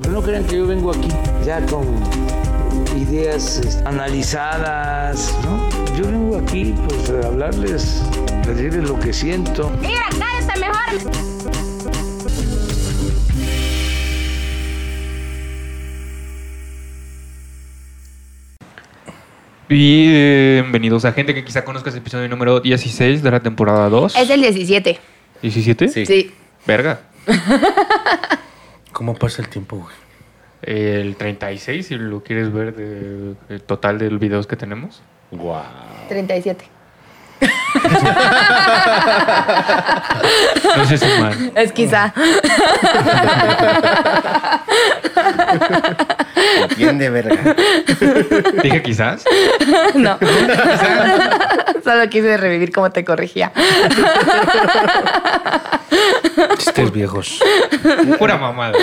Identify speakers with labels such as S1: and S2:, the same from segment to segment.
S1: Pero no crean que yo vengo aquí ya con ideas este, analizadas, ¿no? Yo vengo aquí pues a hablarles, a decirles lo que siento.
S2: Mira, cállate mejor.
S3: eh, Bienvenidos a gente que quizá conozcas el episodio número 16 de la temporada 2.
S2: Es el 17.
S3: ¿17?
S2: Sí.
S3: Verga.
S4: ¿Cómo pasa el tiempo, güey?
S3: El 36, si lo quieres ver del total de los videos que tenemos.
S4: Guau.
S2: 37.
S3: No sé si mal.
S2: Es quizá.
S4: Entiende, verga.
S3: Dije quizás.
S2: no. Solo quise revivir cómo te corregía.
S4: Chistes viejos.
S3: Pura mamada.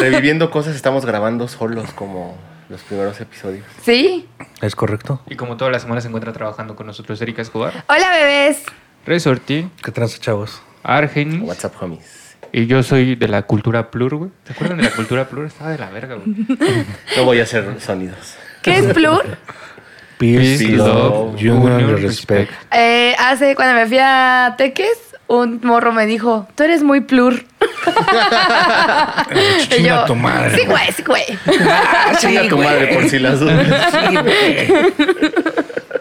S5: Reviviendo cosas, estamos grabando solos como los primeros episodios.
S2: ¿Sí?
S4: ¿Es correcto?
S3: Y como todas las semanas se encuentra trabajando con nosotros Erika Escobar,
S2: Hola, bebés.
S3: Resorti,
S4: ¿Qué tranza, chavos?
S3: Argen
S5: What's up, homies?
S3: y yo soy de la cultura plur, güey. ¿Se acuerdan de la cultura plur? Estaba de la verga, güey.
S5: No voy a hacer sonidos.
S2: ¿Qué es Plur?
S3: Peace,
S5: love,
S4: union, respect.
S2: Eh, hace cuando me fui a Teques, un morro me dijo, tú eres muy Plur. Y
S4: Chinga tu madre.
S2: Sí, güey, sí, güey.
S3: Ah,
S5: Chinga tu madre por si las dudas.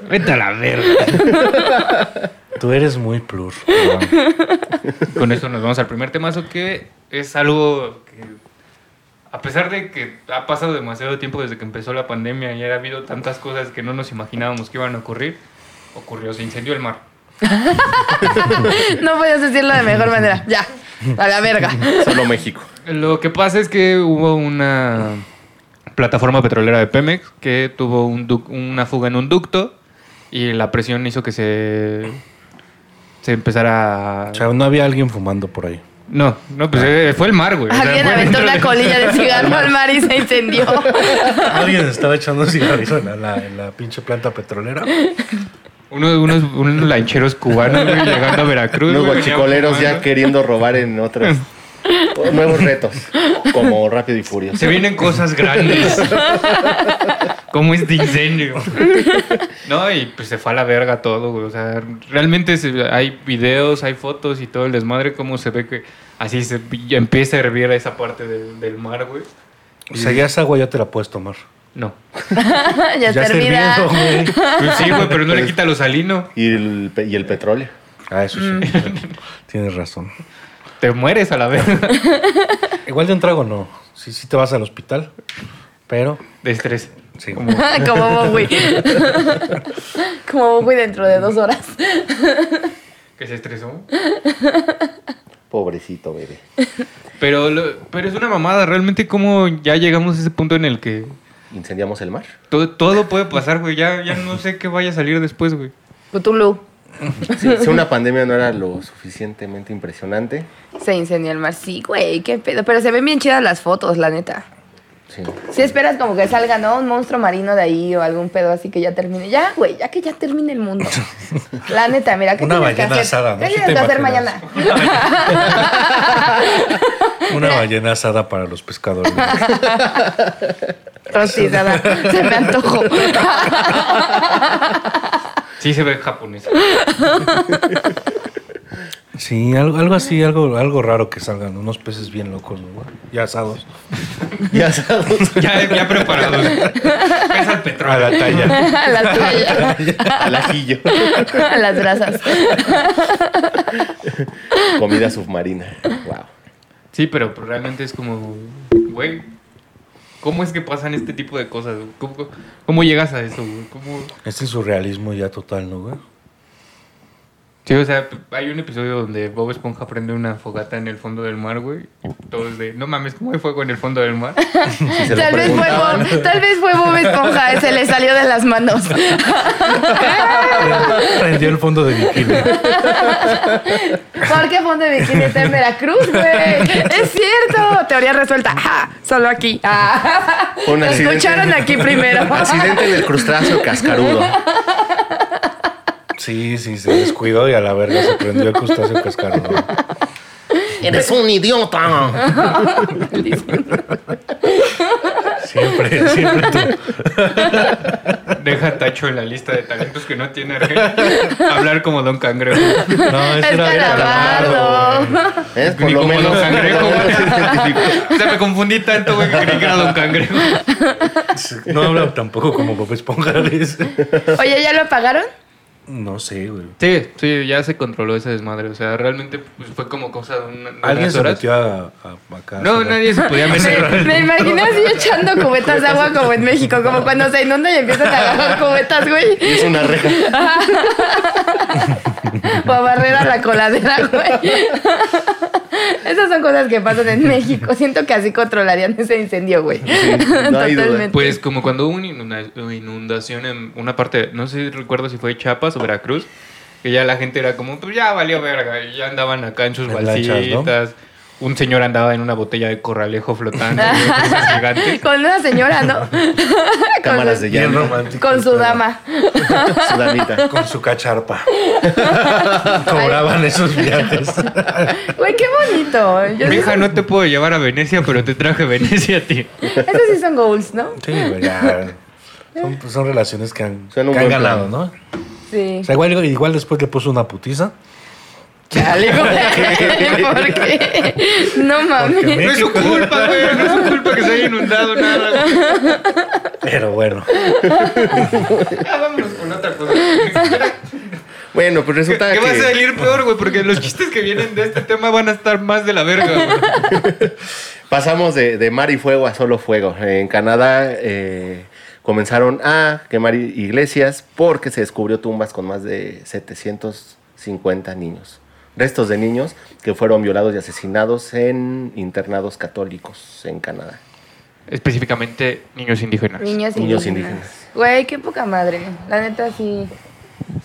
S3: Vete a la verga.
S4: Tú eres muy plur.
S3: Con eso nos vamos al primer temazo que es algo que, a pesar de que ha pasado demasiado tiempo desde que empezó la pandemia y ha habido tantas cosas que no nos imaginábamos que iban a ocurrir, ocurrió, se incendió el mar.
S2: No podías decirlo de mejor manera. Ya, a la verga.
S5: Solo México.
S3: Lo que pasa es que hubo una plataforma petrolera de Pemex que tuvo un duc- una fuga en un ducto y la presión hizo que se, se empezara a...
S4: O sea, no había alguien fumando por ahí.
S3: No, no, pues eh, fue el mar, güey. O sea,
S2: Alguien
S3: fue
S2: aventó
S3: dentro
S2: una
S3: de-
S2: colilla de cigarro al mar y se incendió.
S4: Alguien estaba echando un cigarrillo en la- la, en la pinche planta petrolera.
S3: Uno- unos, unos lancheros cubanos güey, llegando a Veracruz.
S5: Unos
S3: güey,
S5: guachicoleros
S3: venían
S5: ya
S3: fumando.
S5: queriendo robar en otras. Nuevos retos, como Rápido y Furioso.
S3: Se vienen cosas grandes. Como este incendio. No, y pues se fue a la verga todo, güey. O sea, realmente se- hay videos, hay fotos y todo el desmadre, cómo se ve que así se ya empieza a hervir esa parte del, del mar, güey.
S4: O sea, ya esa agua ya te la puedes tomar.
S3: No.
S2: ya
S4: está
S2: termina.
S4: hirviendo, güey.
S3: Pues sí, güey, pero no le quita lo salino.
S5: Y el, pe- y el petróleo.
S4: Ah, eso sí.
S2: Mm.
S4: Tienes razón.
S3: Te mueres a la verga.
S4: Igual de un trago no. Sí, sí te vas al hospital. Pero,
S3: De estrés.
S4: sí.
S3: Como-
S2: Como Bowie. Como Bowie dentro de dos horas.
S3: Que se estresó.
S5: Pobrecito bebé.
S3: Pero, lo- pero es una mamada. Realmente, como ya llegamos a ese punto en el que
S5: ¿Incendiamos el mar?
S3: todo, todo puede pasar, güey. Ya, ya no sé qué vaya a salir después, güey.
S2: Cthulhu.
S5: Si, si una pandemia no era lo suficientemente impresionante,
S2: Se incendió el mar. Sí, güey, qué pedo. Pero se ven bien chidas las fotos, la neta.
S5: sí.
S2: Si esperas como que salga, ¿no? Un monstruo marino de ahí o algún pedo así que ya termine. Ya, güey, ya que ya termine el mundo. La neta, mira, ¿qué
S4: Una
S2: tienes que
S4: ballena
S2: hacer?
S4: asada, ¿no?
S2: ¿Qué
S4: Sí
S2: tienes
S4: te
S2: que hacer
S4: imaginas.
S2: mañana?
S4: Una ballena asada para los pescadores.
S2: Rostizada. Se me antojó.
S3: Sí se ve japonés.
S4: Sí, algo, algo así, algo, algo raro que salgan. Unos peces bien locos, ¿no, güey. Y asados.
S5: Ya sabes,
S3: Ya, ya preparados. Pesa el petróleo.
S4: A la talla.
S2: Las playas.
S5: al ajillo.
S2: Las brasas.
S5: Comida submarina. Wow.
S3: Sí, pero pues, realmente es como, güey, ¿cómo es que pasan este tipo de cosas? güey? ¿Cómo, cómo llegas a eso, güey? ¿Cómo-
S4: Este es surrealismo ya total, ¿no, güey?
S3: Sí, o sea, hay un episodio donde Bob Esponja prende una fogata en el fondo del mar, güey. y Todos de, no mames, ¿cómo hay fuego en el fondo del mar?
S5: Si se lo
S2: Tal vez, fue
S5: preguntaban,
S2: Bob, tal vez fue Bob Esponja, se le salió de las manos.
S4: Prendió el fondo de bikini.
S2: ¿Por qué fondo de bikini está en Veracruz, güey? Es cierto. Teoría resuelta. Ajá, solo aquí. Ah.
S5: Fue un accidente.
S2: Escucharon aquí primero.
S5: Accidente en el crustáceo cascarudo.
S4: Sí, sí, se descuidó y a la verga se prendió el crustáceo cascarudo.
S5: Eres un idiota.
S4: güey. Siempre tú.
S3: Deja a Tacho en la lista de talentos que no tiene Argelia. Hablar como Don Cangrejo.
S4: No, ese
S2: Es
S4: era
S2: Calamardo.
S4: Calamardo, güey.
S5: ¿Eh? Por
S3: Ni
S5: lo
S3: como
S5: menos.
S3: Don Cangrejo,
S5: por lo
S3: güey.
S5: menos se identificó.
S3: O sea, me confundí tanto, güey, que creí que era Don Cangrejo.
S4: No habla tampoco como Bob Esponja. dice.
S2: Oye, ¿ya lo apagaron?
S4: No sé, güey.
S3: Sí, sí, ya se controló ese desmadre. O sea, realmente pues, fue como cosa de, una, de
S4: Alguien
S3: unas
S4: se
S3: horas.
S4: metió a, a- acá.
S3: No, nadie se podía meter.
S2: Me, me imagino así echando cubetas de agua como en México, como cuando se inunda y empiezan a agarrar cubetas, güey.
S5: Y Es una reja.
S2: O a barrer a la coladera, güey. Esas son cosas que pasan en México. Siento que así controlarían ese incendio, güey.
S5: no hay duda.
S3: Pues como cuando hubo una inunda- inundación en una parte, no sé si recuerdo si fue Chiapas o Veracruz, que ya la gente era como, pues ya valió verga, y ya andaban acá en sus
S4: En lanchas, ¿no?
S3: balsitas. Un señor andaba en una botella de corralejo flotando, güey, cosas gigantes.
S2: Con una señora, ¿no?
S5: Cámaras de
S4: Bien
S5: llama.
S4: romántico.
S2: Con su dama.
S5: Su damita.
S4: Con su cacharpa. Cobraban esos viajes.
S2: Güey, qué bonito. Yo-
S3: Mija, no te puedo llevar a Venecia, pero te traje Venecia a ti.
S2: Esos sí son goals, ¿no?
S4: Sí, güey. ya. Son, pues, son relaciones que han,
S5: Suena un
S4: que han
S5: buen plan.
S4: ganado, ¿no?
S2: Sí.
S4: O sea, igual, igual después le puso una putiza.
S2: Chale, güey. ¿Por qué? No mames.
S3: No es su culpa, güey, no es su culpa que se haya inundado nada. güey.
S4: Pero bueno.
S3: Ya Ah, vámonos con otra cosa. ¿Qué,
S5: Bueno, pues resulta
S3: qué
S5: que.
S3: va a salir peor, güey? Porque los chistes que vienen de este tema van a estar más de la verga, güey.
S5: Pasamos de, de mar y fuego a solo fuego. En Canadá eh, comenzaron a quemar i- iglesias porque se descubrió tumbas con más de 750 niños. Restos de niños que fueron violados y asesinados en internados católicos en Canadá.
S3: Específicamente niños indígenas.
S2: Niños
S5: Niños
S2: indígenas.
S5: indígenas.
S2: Güey, qué poca madre. La neta sí.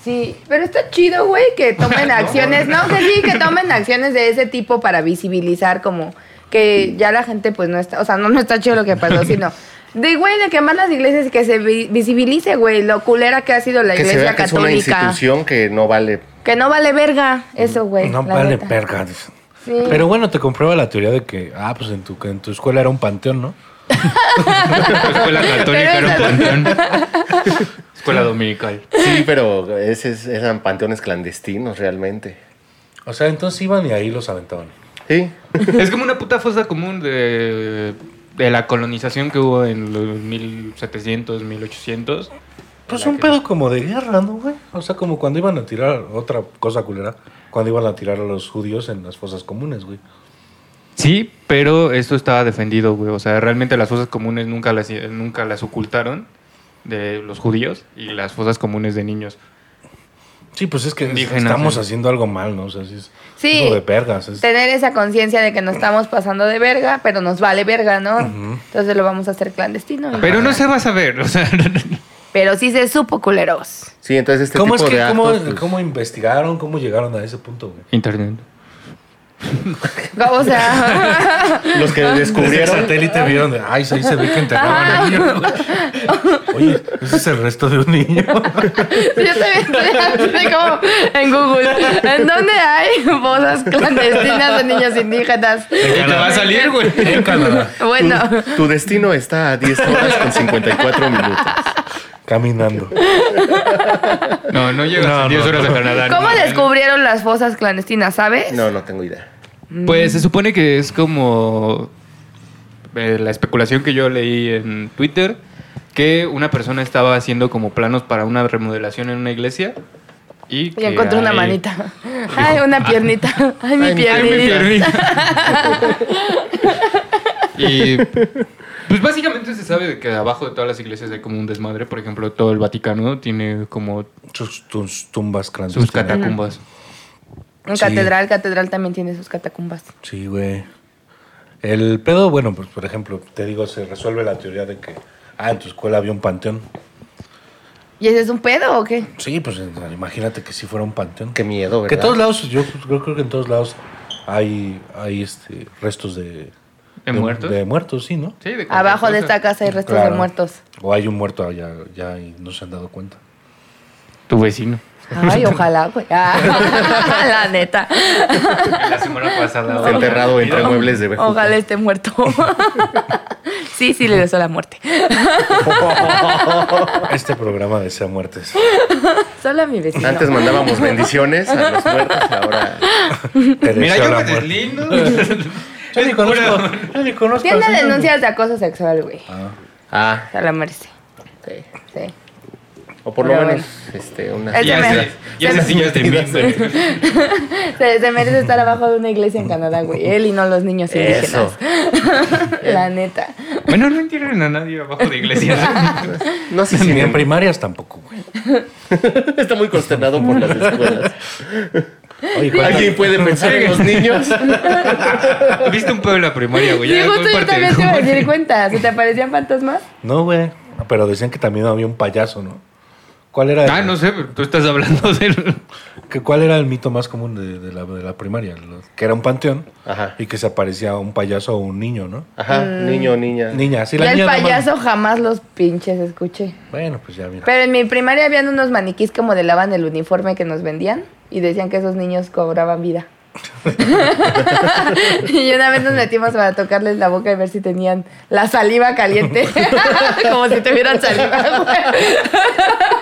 S2: Sí, pero está chido, güey, que tomen acciones, ¿no? Que sí, que tomen acciones de ese tipo para visibilizar como que ya la gente pues no está, o sea, no, no está chido lo que pasó, sino de, güey, de quemar las iglesias y que se vi- visibilice, güey, lo culera que ha sido la
S5: que se
S2: iglesia
S5: vea que es una
S2: católica.
S5: institución que no vale.
S2: Que no vale verga eso, güey.
S4: no
S2: la
S4: vale
S2: neta.
S4: perga. dice.
S2: Sí.
S4: Pero bueno, te comprueba la teoría de que, ah, pues en tu, en tu escuela era un panteón, ¿no?
S3: Escuela católica
S2: Pero
S3: era un
S2: esa-
S3: panteón. Escuela dominical.
S5: Sí, pero esos eran panteones clandestinos realmente.
S4: O sea, entonces iban y ahí los aventaban.
S5: Sí,
S3: Es como una puta fosa común de, de la colonización que hubo en los 1700, 1800.
S4: Pues un pedo como de guerra, ¿no, güey? O sea, como cuando iban a tirar otra cosa culera, cuando iban a tirar a los judíos en las fosas comunes, güey.
S3: Sí, pero esto estaba defendido, güey. O sea, realmente las fosas comunes nunca las, nunca las ocultaron de los judíos y las fosas comunes de niños.
S4: Sí, pues es que es-
S3: Indígenas,
S4: estamos
S3: sí.
S4: haciendo algo mal, ¿no? O sea, sí es,
S2: Sí.
S4: es lo de pergas. es-
S2: tener esa conciencia de que nos estamos pasando de verga, pero nos vale verga, ¿no? Entonces lo vamos a hacer clandestino. y-
S3: Pero no se va a saber, o sea,
S2: Pero sí se supo, culeros.
S5: sí, entonces este
S4: ¿Cómo es
S5: tipo
S4: que,
S5: de
S4: cómo,
S5: actos, pues,
S4: cómo investigaron, cómo llegaron a ese punto, güey?
S3: internet.
S2: O sea,
S5: los que
S4: Desde el
S5: descubrieron
S4: satélite vieron de, ay, ahí se ve que enterraban a un niño. güey". Oye, ese es el resto de un niño.
S2: yo también estoy así como en Google. ¿En dónde hay fosas clandestinas de niños indígenas?
S3: Y te va a salir, güey.
S4: En Canadá.
S2: Bueno,
S5: Tu, tu destino está a 10 horas con 54 minutos.
S4: Caminando.
S3: No, no llegas
S4: No,
S3: a 10
S4: no.
S3: horas a Canadá.
S2: ¿cómo
S3: no.
S2: descubrieron las fosas clandestinas, sabes?
S5: No, no tengo idea.
S3: Pues se supone que es como eh, la especulación que yo leí en Twitter, que una persona estaba haciendo como planos para una remodelación en una iglesia y,
S2: Y
S3: que
S2: encontré una
S3: ahí-
S2: manita. Ay, una piernita. Ay, mi
S3: Ay, mi
S2: piernita.
S3: piernita. y pues básicamente se sabe de que abajo de todas las iglesias hay como un desmadre, por ejemplo, todo el Vaticano tiene como
S4: Sus tus tumbas
S3: sus
S4: clandestinas.
S3: catacumbas.
S2: En
S4: Sí.
S2: catedral, catedral también tiene sus catacumbas.
S4: Sí, güey. El pedo, bueno, pues por ejemplo, te digo, se resuelve la teoría de que, ah, en tu escuela había un panteón.
S2: ¿Y ese es un pedo o qué?
S4: Sí, pues en- imagínate que si fuera un panteón.
S5: Qué miedo, ¿verdad?
S4: que en todos lados, yo pues, creo, creo que en todos lados hay, hay este, restos de,
S3: ¿De muertos?
S4: De muertos, sí, ¿no?
S3: Sí, de cualquier
S2: Abajo de
S3: cosa.
S2: esta casa hay restos
S4: Claro.
S2: de muertos.
S4: O hay un muerto allá ya y no se han dado cuenta.
S3: Tu vecino.
S2: Ay, ojalá, güey. Ah, la neta.
S3: La semana pasada.
S5: Está enterrado entre muebles de bejuco.
S2: Ojalá esté muerto. Sí, sí, le besó la muerte.
S4: Este programa desea muertes.
S2: Solo a mi vecino.
S5: Antes mandábamos bendiciones a los muertos, ahora
S4: Te
S3: Mira,
S4: deseo
S3: yo
S4: la
S3: me
S4: muerte.
S3: deslindo.
S4: Yo ni conozco. Yo ni conozco.
S2: Tiene
S4: al señor.
S2: denuncias de acoso sexual, güey.
S5: ah,
S2: O sea, la merced.
S5: ok.
S2: Sí.
S5: o por lo
S2: Pero
S5: menos este una
S2: Él
S3: Ya
S2: se me-
S3: sé, ya sé si yo te miento.
S2: Se, se merece estar abajo de una iglesia en Canadá, güey. Él y no los niños indígenas.
S5: Eso.
S2: la neta.
S3: Bueno, no entierren a nadie abajo de iglesias.
S5: No sé si
S4: Ni en
S5: me-
S4: primarias tampoco, güey.
S5: está muy consternado por las escuelas.
S4: Oye, ¿cuántas-
S5: ¿Alguien puede pensar en los niños?
S3: Viste un pedo en la primaria, güey.
S2: Sí,
S3: Ya
S2: justo
S3: fue
S2: yo
S3: parte
S2: también te iba a
S3: de-
S2: decir cuenta. ¿Se te aparecían fantasmas?
S4: No, güey. Pero decían que también había un payaso, ¿no? ¿Cuál era?
S3: Ah, no sé, pero tú estás hablando de...
S4: que ¿Cuál era el mito más común de, de la, de la primaria? Lo- Que era un panteón
S5: Ajá.
S4: y que se aparecía un payaso o un niño, ¿no?
S5: Ajá,
S2: Mm.
S5: niño o niña.
S4: Niña, sí,
S2: Yo
S4: la
S2: el
S4: niña. no
S2: payaso jamás los pinches escuché.
S4: mames. Bueno, pues ya, mira.
S2: Pero en mi primaria habían unos maniquís que modelaban el uniforme que nos vendían y decían que esos niños cobraban vida. y una vez nos metimos para tocarles la boca y ver si tenían la saliva caliente. Como si tuvieran saliva. güey.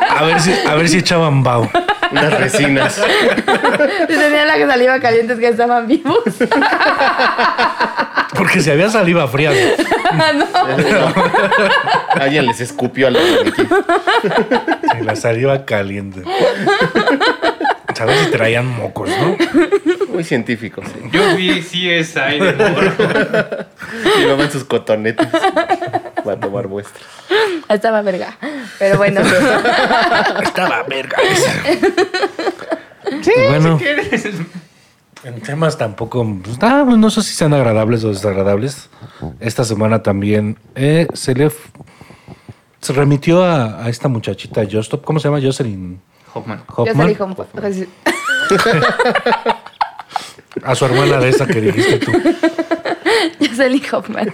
S4: A ver si, a ver si echaban bau.
S5: Unas resinas.
S2: Si tenían la saliva caliente es que estaban vivos.
S4: Porque si había saliva fría, güey.
S5: Alguien les escupió a los maniquí.
S4: Sí, la saliva caliente. Sabes si traían mocos, ¿no?
S5: Muy científicos. sí.
S3: Yo vi CSI de morro.
S5: Y luego en sus cotonetes. Va a tomar muestras.
S2: Estaba verga. Pero bueno.
S4: Estaba verga. Sí, bueno, en temas tampoco. pues, ah, no sé si sean agradables o desagradables. Esta semana también eh, se le. f- Se remitió a, a esta muchachita, Jostop, ¿cómo se llama? Jocelyn
S3: Hoffman.
S2: Yo salí
S4: Hoffman.
S2: como... pues,
S4: A su hermana de esa que dijiste tú.
S2: Yo salí Hoffman.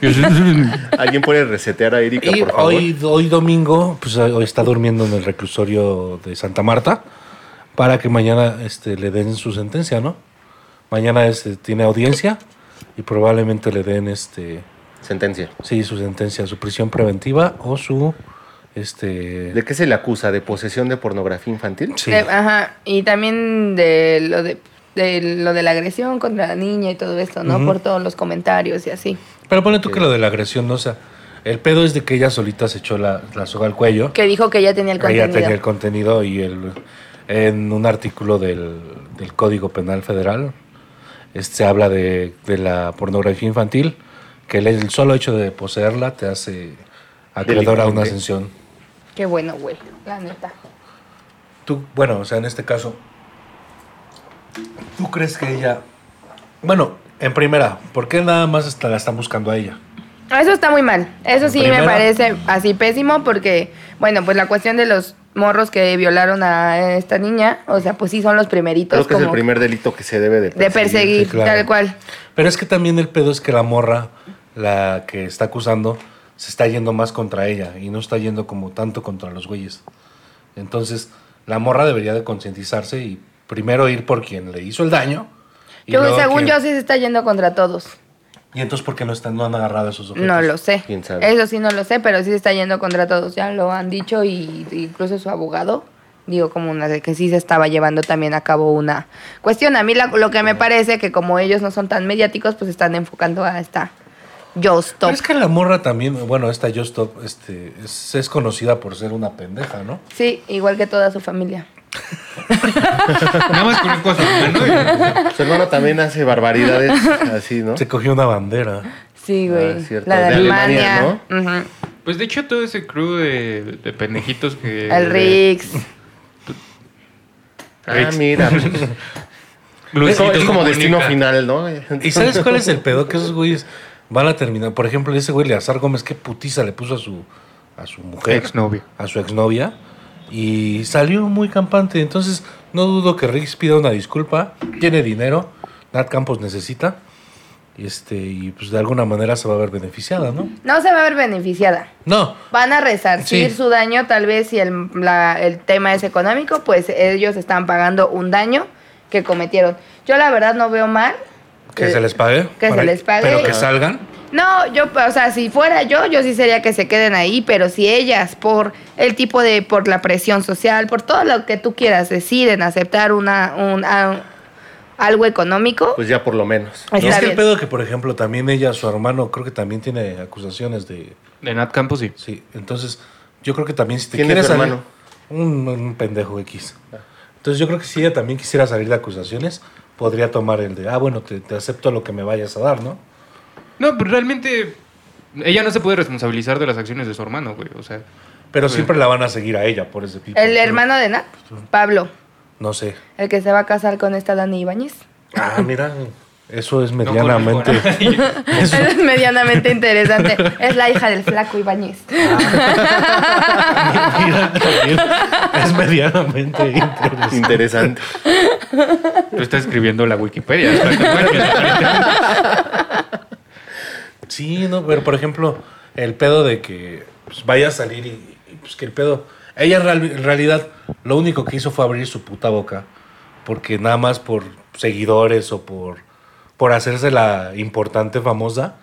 S5: Alguien puede resetear a Erika,
S4: Y
S5: por favor.
S4: hoy, hoy domingo, pues hoy está durmiendo en el reclusorio de Santa Marta para que mañana este, le den su sentencia, ¿no? Mañana este, tiene audiencia y probablemente le den este,
S5: Sentencia.
S4: sí, su sentencia, su prisión preventiva o su este
S5: ¿De qué se le acusa? ¿De posesión de pornografía infantil?
S4: sí.
S2: De- ajá. Y también de lo de, de lo de la agresión contra la niña y todo esto, ¿no?
S4: Ujú.
S2: Por todos los comentarios y así.
S4: Pero ponle tú que lo de la agresión, no o sea, el pedo es de que ella solita se echó la, la soga al cuello.
S2: Que dijo que ya tenía el contenido.
S4: Ella tenía el contenido y el, en un artículo del, del Código Penal Federal este, se habla de, de la pornografía infantil, que el, el solo hecho de poseerla te hace acreedor a una
S5: Delincuente.
S4: sanción.
S2: Qué bueno, güey. La neta.
S4: Tú, bueno, o sea, en este caso, ¿tú crees que ella... Bueno, en primera, ¿por qué nada más hasta la están buscando a ella?
S2: Eso está muy mal. Eso sí
S4: Primero.
S2: me parece así pésimo porque, bueno, pues la cuestión de los morros que violaron a esta niña, o sea, pues sí son los primeritos
S5: Creo que es el
S2: como
S5: primer delito que se debe de
S2: de perseguir,
S4: Sí, claro.
S2: tal cual.
S4: Pero es que también el pedo es que la morra, la que está acusando, se está yendo más contra ella y no está yendo como tanto contra los güeyes. Entonces, la morra debería de concientizarse y primero ir por quien le hizo el daño. y
S2: Yo,
S4: luego
S2: según
S4: quien-
S2: yo, sí se está yendo contra todos.
S4: Y entonces, ¿por qué no, están, no han agarrado a esos objetos?
S2: No lo sé.
S5: ¿Quién sabe?
S2: Eso sí no lo sé, pero sí se está yendo contra todos. Ya lo han dicho y incluso su abogado digo como una de que sí se estaba llevando también a cabo una cuestión. A mí la- lo que me parece que como ellos no son tan mediáticos, pues están enfocando a esta Yo
S4: Pero
S2: Stop.
S4: es que la morra también, bueno, esta Justop este, es, es conocida por ser una pendeja, ¿no?
S2: Sí, igual que toda su familia.
S3: Nada más con cosas, ¿no?
S5: Su hermano también hace barbaridades así, ¿no?
S4: Se cogió una bandera.
S2: Sí, güey.
S5: Ah, es cierto,
S2: la de,
S5: de
S2: Alemania.
S5: Alemania,
S2: Ujú.
S3: Pues de hecho todo ese crew de, de pendejitos que...
S2: El Rix.
S5: Ah, mira. pues, Es como, es como destino final, ¿no?
S4: ¿Y sabes cuál es el pedo? Que esos güeyes van a terminar. Por ejemplo, ese güey Leazar Gómez, qué putiza le puso a su, a su mujer.
S3: Exnovio.
S4: A su exnovia. Y salió muy campante. Entonces, no dudo que Riggs pida una disculpa. Tiene dinero. Nat Campos necesita. Y este, y pues de alguna manera se va a ver beneficiada, ¿no?
S2: No se va a ver beneficiada.
S4: No.
S2: Van a resarcir
S4: Sí.
S2: su daño, tal vez si el, la- el tema es económico, pues ellos están pagando un daño que cometieron. Yo la verdad no veo mal
S4: Que se les pague.
S2: Que se les pague.
S4: Pero que
S2: Ah.
S4: salgan.
S2: No, yo, o sea, si fuera yo, yo sí sería que se queden ahí, pero si ellas, por el tipo de, por la presión social, por todo lo que tú quieras, deciden aceptar una, un, a- algo económico,
S5: Pues ya por lo menos.
S4: Y es
S2: está
S4: que el
S2: bien.
S4: pedo que, por ejemplo, también ella, su hermano, creo que también tiene acusaciones de...
S3: De Nat Campos, sí.
S4: Sí, entonces yo creo que también si te
S5: ¿Quién es
S4: quieres
S5: su
S4: salir-
S5: hermano?
S4: Un, un pendejo X.
S3: Ah.
S4: Entonces yo creo que si ella también quisiera salir de acusaciones, podría tomar el de, ah, bueno, te, te acepto lo que me vayas a dar, ¿no?
S3: No, pero realmente ella no se puede responsabilizar de las acciones de su hermano, güey. O sea,
S4: Pero siempre la van a seguir a ella por ese tipo.
S2: el hermano de Nat, Pablo,
S4: No sé.
S2: el que se va a casar con esta Dani Ibáñez.
S4: Ah, mira, eso es
S3: no
S4: medianamente...
S3: conozco a nadie.
S2: Eso es medianamente interesante. Es la hija del flaco Ibáñez.
S4: Mira, también es medianamente interesante.
S5: Interesante.
S3: Tú estás escribiendo la Wikipedia. hasta te mueres.
S4: Sí, no, pero por ejemplo, el pedo de que pues, vaya a salir y, y, pues que el pedo. Ella en real- en realidad lo único que hizo fue abrir su puta boca. Porque nada más por seguidores o por, por hacerse la importante famosa,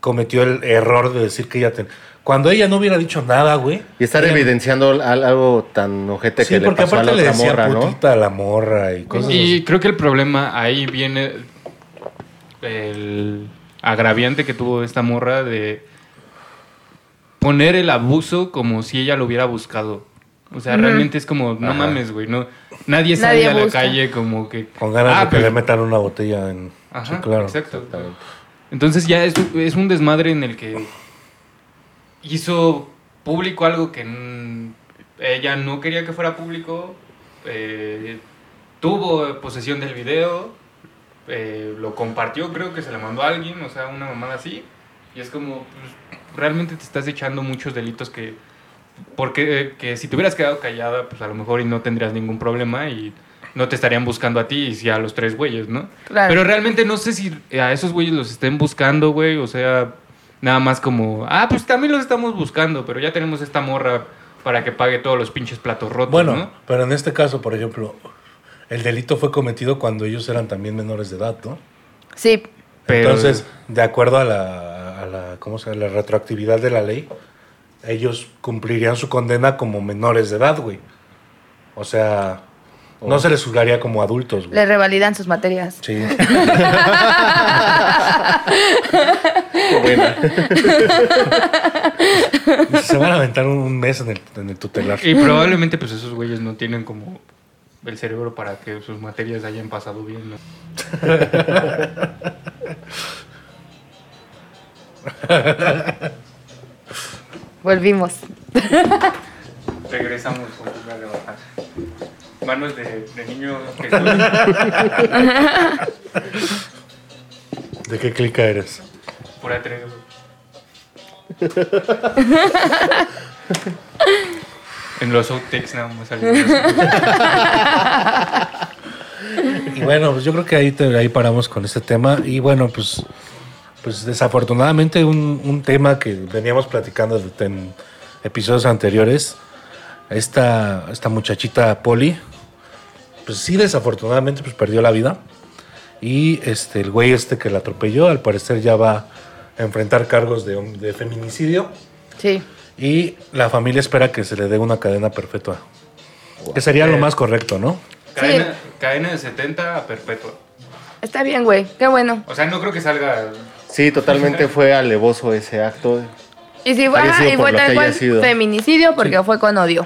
S4: cometió el error de decir que ella ten... Cuando ella no hubiera dicho nada, güey.
S5: Y estar
S4: ella-
S5: evidenciando al- algo tan ojete
S4: Sí,
S5: que le
S4: porque
S5: pasó a la
S4: aparte le
S5: otra
S4: decía
S5: morra, ¿no?
S4: putita a la morra y cosas
S3: Y
S4: así.
S3: creo que el problema ahí viene el agraviante que tuvo esta morra de poner el abuso como si ella lo hubiera buscado. O sea, realmente es como, no mames, güey. No, nadie sale
S2: Nadie
S3: a la
S2: busca.
S3: calle como que.
S4: Con ganas
S3: Ah,
S4: de que
S3: pero-
S4: le metan una botella en.
S3: Ajá,
S4: sí, claro.
S3: exacto. Entonces ya es, es un desmadre en el que hizo público algo que mm, ella no quería que fuera público, eh, tuvo posesión del video, eh, lo compartió, creo que se la mandó a alguien, o sea, una mamada así, y es como, pues, realmente te estás echando muchos delitos que, porque eh, que si te hubieras quedado callada, pues a lo mejor y no tendrías ningún problema y no te estarían buscando a ti y sí a los tres güeyes, ¿no?
S2: Claro.
S3: Pero realmente no sé si eh, a esos güeyes los estén buscando, güey. O sea, nada más como, ah, pues también los estamos buscando, pero ya tenemos esta morra para que pague todos los pinches platos rotos,
S4: Pues, Bueno,
S3: ¿no?
S4: pero en este caso, por ejemplo, el delito fue cometido cuando ellos eran también menores de edad, ¿no?
S2: Sí,
S3: Pero-
S4: Entonces, de acuerdo a la, a la- ¿cómo se llama? la retroactividad de la ley, ellos cumplirían su condena como menores de edad, güey. O sea, no se les juzgaría como adultos, güey.
S2: le revalidan sus materias.
S4: Sí.
S5: Bueno,
S4: se van a aventar un- un mes en el, en el tutelar.
S3: Y probablemente pues esos güeyes no tienen como el cerebro para que sus materias hayan pasado bien, ¿no?
S2: Volvimos.
S3: Regresamos con una levanta. Manos de, de niño Jesús.
S4: ¿De qué clica eres?
S3: Pura tres. güey. En los outtakes nada más salió eso.
S4: Y bueno, pues yo creo que ahí, te- ahí paramos con este tema. Y bueno, pues, pues desafortunadamente un, un tema que veníamos platicando de- en episodios anteriores, esta, esta muchachita Polly, pues sí desafortunadamente pues perdió la vida. Y este, el güey este que la atropelló, al parecer ya va a enfrentar cargos de, hom- de feminicidio.
S2: Sí.
S4: Y la familia espera que se le dé una cadena perpetua. Que sería lo más correcto, ¿no?
S3: Cadena, cadena de 70 a perpetua.
S2: Está bien, güey. Qué bueno.
S3: O sea, no creo que salga.
S5: sí, totalmente fue alevoso ese acto.
S2: Y si fue,
S5: Haya
S2: ajá,
S5: sido
S2: y
S5: por
S2: fue
S5: lo que
S2: tal
S5: haya
S2: cual
S5: sido.
S2: feminicidio porque fue con odio.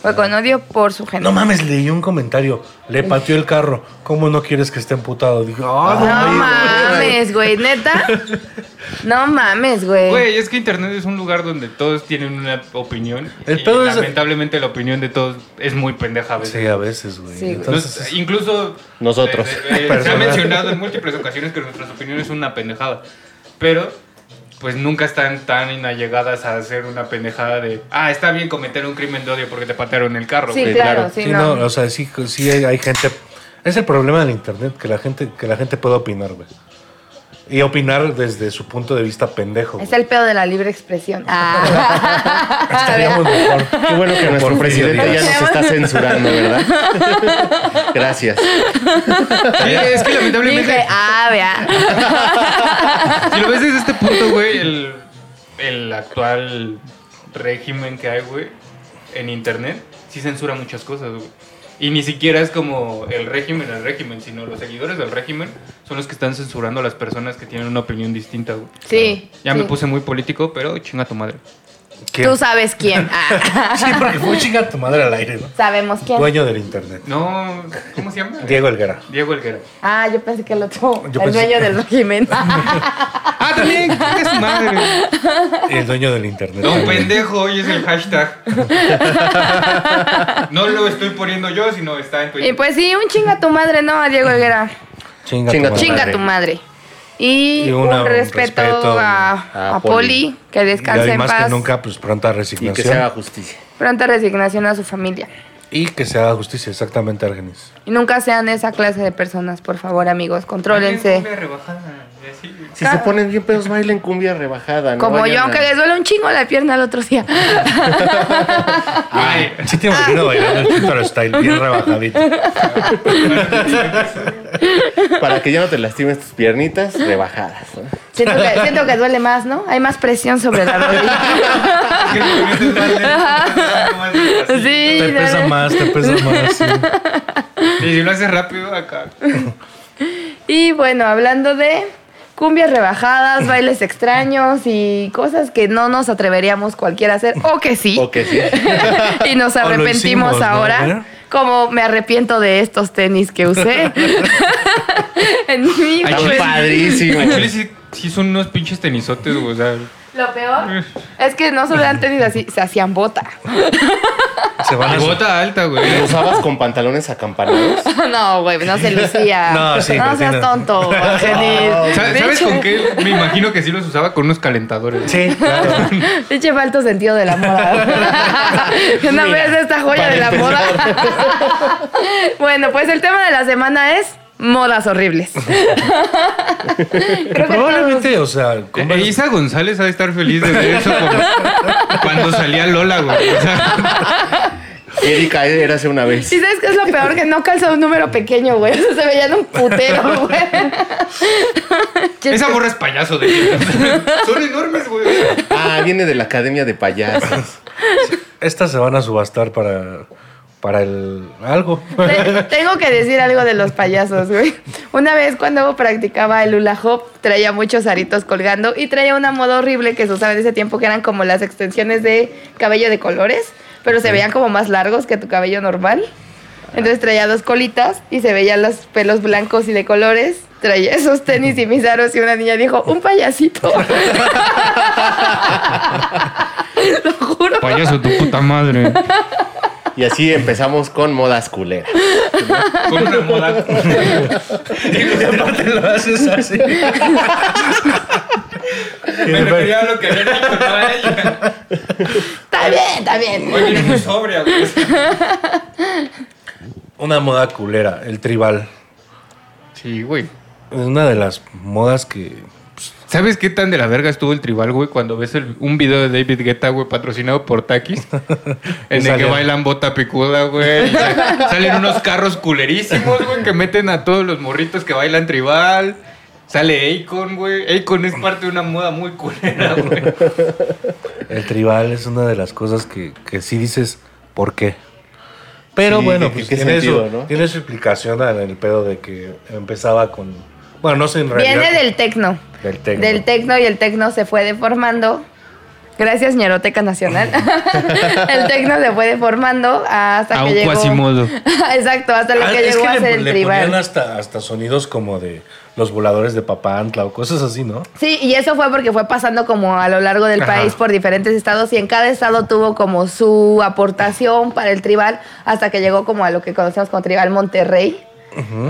S2: Fue con odio por su género.
S4: No mames, leí un comentario. Le pateó el carro. ¿Cómo no quieres que esté emputado? Digo, "Ah, no
S2: No
S4: mames".
S2: mames, güey, neta. No mames, güey.
S3: Güey, es que Internet es un lugar donde todos tienen una opinión.
S4: El
S3: y
S4: pedo es-
S3: lamentablemente la opinión de todos es muy pendeja a veces.
S4: Sí, a veces, güey.
S2: Sí, güey.
S4: Entonces,
S3: Nos- incluso
S5: Nosotros.
S3: eh, eh, se ha
S4: Personas.
S3: mencionado en múltiples ocasiones que nuestras opiniones son una pendejada. Pero, pues nunca están tan inallegadas a hacer una pendejada de, ah, está bien cometer un crimen de odio porque te patearon el carro.
S2: Sí,
S3: güey".
S2: claro,
S5: claro.
S2: sí,
S4: sí,
S2: no.
S4: no, o sea, sí, sí hay, hay gente. Es el problema del internet, que la gente, que la gente puede opinar, güey. Y opinar desde su punto de vista pendejo.
S2: Es
S4: güey.
S2: el pedo de la libre expresión. Ah.
S4: Estaríamos mejor.
S5: Qué bueno que nuestro presidente ya nos está censurando, ¿verdad? Gracias.
S3: Sí, es que lamentablemente.
S2: Dije, ah, vea.
S3: Si lo ves desde este punto, güey, el, el actual régimen que hay, güey, en internet, sí censura muchas cosas, güey. Y ni siquiera es como el régimen al régimen, sino los seguidores del régimen son los que están censurando a las personas que tienen una opinión distinta, güey.
S2: Sí.
S3: Ya me
S2: sí.
S3: puse muy político, pero chinga tu madre.
S4: ¿Quién?
S2: Tú sabes quién. Ah.
S4: Sí, porque fue chinga tu madre al aire, ¿no?
S2: Sabemos quién.
S4: Dueño del internet.
S3: No, ¿cómo se llama?
S4: Diego Elguera.
S3: Diego Elguera.
S2: Ah, yo pensé que el otro,
S4: Yo
S2: el
S4: pensé-
S2: dueño del régimen.
S3: Ah, también, chinga su madre.
S4: El dueño del internet.
S3: No, pendejo, hoy es el hashtag. No lo estoy poniendo yo, sino está en
S2: y
S3: Twitter.
S2: pues sí, un chinga tu madre, ¿no? A Diego Helguera.
S4: Chinga,
S5: Chinga tu
S4: tu madre.
S2: Chinga tu madre. Y,
S4: Y una-
S2: un
S4: un
S2: respeto,
S4: respeto
S2: a,
S5: a
S2: a Poli,
S5: Poli.
S2: que
S4: Y
S2: descanse en
S4: además
S2: paz.
S4: que nunca, pues pronta
S5: Y
S4: resignación.
S5: que se haga justicia.
S2: Pronta resignación a su familia.
S4: Y que se haga justicia, exactamente, Argenis.
S2: Y nunca sean esa clase de personas, por favor, amigos. Contrólense.
S3: Cumbia rebajada, y así, güey.
S5: Si se ponen bien pedos, bailen cumbia rebajada. ¿no?
S2: Como
S5: Vayan
S2: yo,
S5: a-
S2: aunque les duele un chingo la pierna el otro día.
S3: Ay,
S4: Sí, te imagino bailando el Twitter Style, bien rebajadito.
S5: Para que ya no te lastimes tus piernitas rebajadas. ¿no?
S2: Siento que, siento que duele más, ¿no? Hay más presión sobre la rodilla.
S3: que le metes más leche, más
S2: sí,
S3: despacito.
S4: Te
S2: dale.
S4: pesa más, te pesa más. sí.
S3: Y si lo haces rápido, acá.
S2: Y bueno, hablando de cumbias rebajadas, bailes extraños y cosas que no nos atreveríamos cualquiera a hacer, o que sí,
S5: O que sí.
S2: y nos
S4: O lo
S2: arrepentimos
S4: hicimos, ¿no?
S2: ahora.
S4: ¿Verdad?
S2: Como me arrepiento de estos tenis que usé. en mi pues,
S3: Ay,
S5: Está
S3: chile, sí.
S5: padrísimo.
S3: Al chile sí, sí son unos pinches tenisotes, güey. O sea,
S2: Lo peor es que no solo eran tenis así, se hacían bota.
S4: Se van
S3: y
S4: a su-
S3: bota alta, güey.
S5: ¿Lo usabas con pantalones acampanados?
S2: no, güey, no se lucía.
S4: No, sí,
S2: no
S4: güey, sí,
S2: seas
S4: no.
S2: tonto, Argenis.
S3: Sa- ¿Sabes,
S2: Pinche-
S3: con qué? Me imagino que sí los usaba con unos calentadores.
S4: Sí, claro.
S2: Pinche falto sentido de la moda. Una vez esta joya
S5: para
S2: de la moda. bueno, pues el tema de la semana es modas horribles. Creo que
S4: Probablemente, o sea,
S3: Eh,
S4: con-
S3: Isa González ha de estar feliz de ver eso como cuando salía Lola, güey. O sea,
S5: Erika, érase una
S2: todos-
S5: vez.
S2: ¿Y sabes qué es lo peor? Que no calza un número pequeño, güey. Eso se veía en un putero, güey.
S3: esa morra es payaso de mierda. Son enormes, güey.
S5: Ah, viene de la academia de payasos.
S4: estas se van a subastar para, para el algo.
S2: Te- Tengo que decir algo de los payasos, güey. Una vez cuando practicaba el hula hop, traía muchos aritos colgando y traía una moda horrible que se usaba en ese tiempo que eran como las extensiones de cabello de colores, pero se veían como más largos que tu cabello normal. Entonces traía dos colitas y se veían los pelos blancos y de colores. Traía esos tenis y mis aros y una niña dijo, un payasito. Lo juro.
S3: Payaso, tu puta madre.
S5: Y así empezamos con modas culeras.
S3: Con una moda.
S4: Y aparte lo haces así.
S3: Me refería a lo que había dicho, no a ella.
S2: Está bien, está bien.
S3: Hoy viene muy sobria, güey.
S4: Una moda culera, el tribal.
S3: Sí, güey.
S4: Es una de las modas que.
S3: ¿Sabes qué tan de la verga estuvo el tribal, güey? Cuando ves el- un video de David Guetta, güey, patrocinado por Takis, en el que
S4: Sale-
S3: bailan bota picuda, güey. y sa- Salen unos carros culerísimos, güey, que meten a todos los morritos que bailan tribal. Sale Akon, güey. Akon es parte de una moda muy culera, güey.
S4: El tribal es una de las cosas que, que sí dices, ¿por qué? Pero
S5: Sí,
S4: bueno,
S5: ¿qué-
S4: pues
S5: qué
S4: tiene,
S5: sentido,
S4: su,
S5: no?
S4: tiene su explicación en el pedo de que empezaba con. Bueno, no sé en realidad.
S2: Viene del tecno.
S4: Del tecno.
S2: Del tecno y el tecno se fue deformando. Gracias, Ñeroteca Nacional. el tecno se fue deformando hasta
S3: A
S2: que
S3: un
S2: llegó.
S3: cuasimodo.
S2: Exacto, hasta lo
S4: Ah,
S2: que
S4: es
S2: llegó a
S4: le-
S2: ser el
S4: le
S2: tribal.
S4: ponían hasta, hasta sonidos como de los voladores de Papantla o cosas así, ¿no?
S2: Sí, y eso fue porque fue pasando como a lo largo del
S3: Ajá.
S2: país por diferentes estados y en cada estado tuvo como su aportación para el tribal hasta que llegó como a lo que conocemos como tribal Monterrey,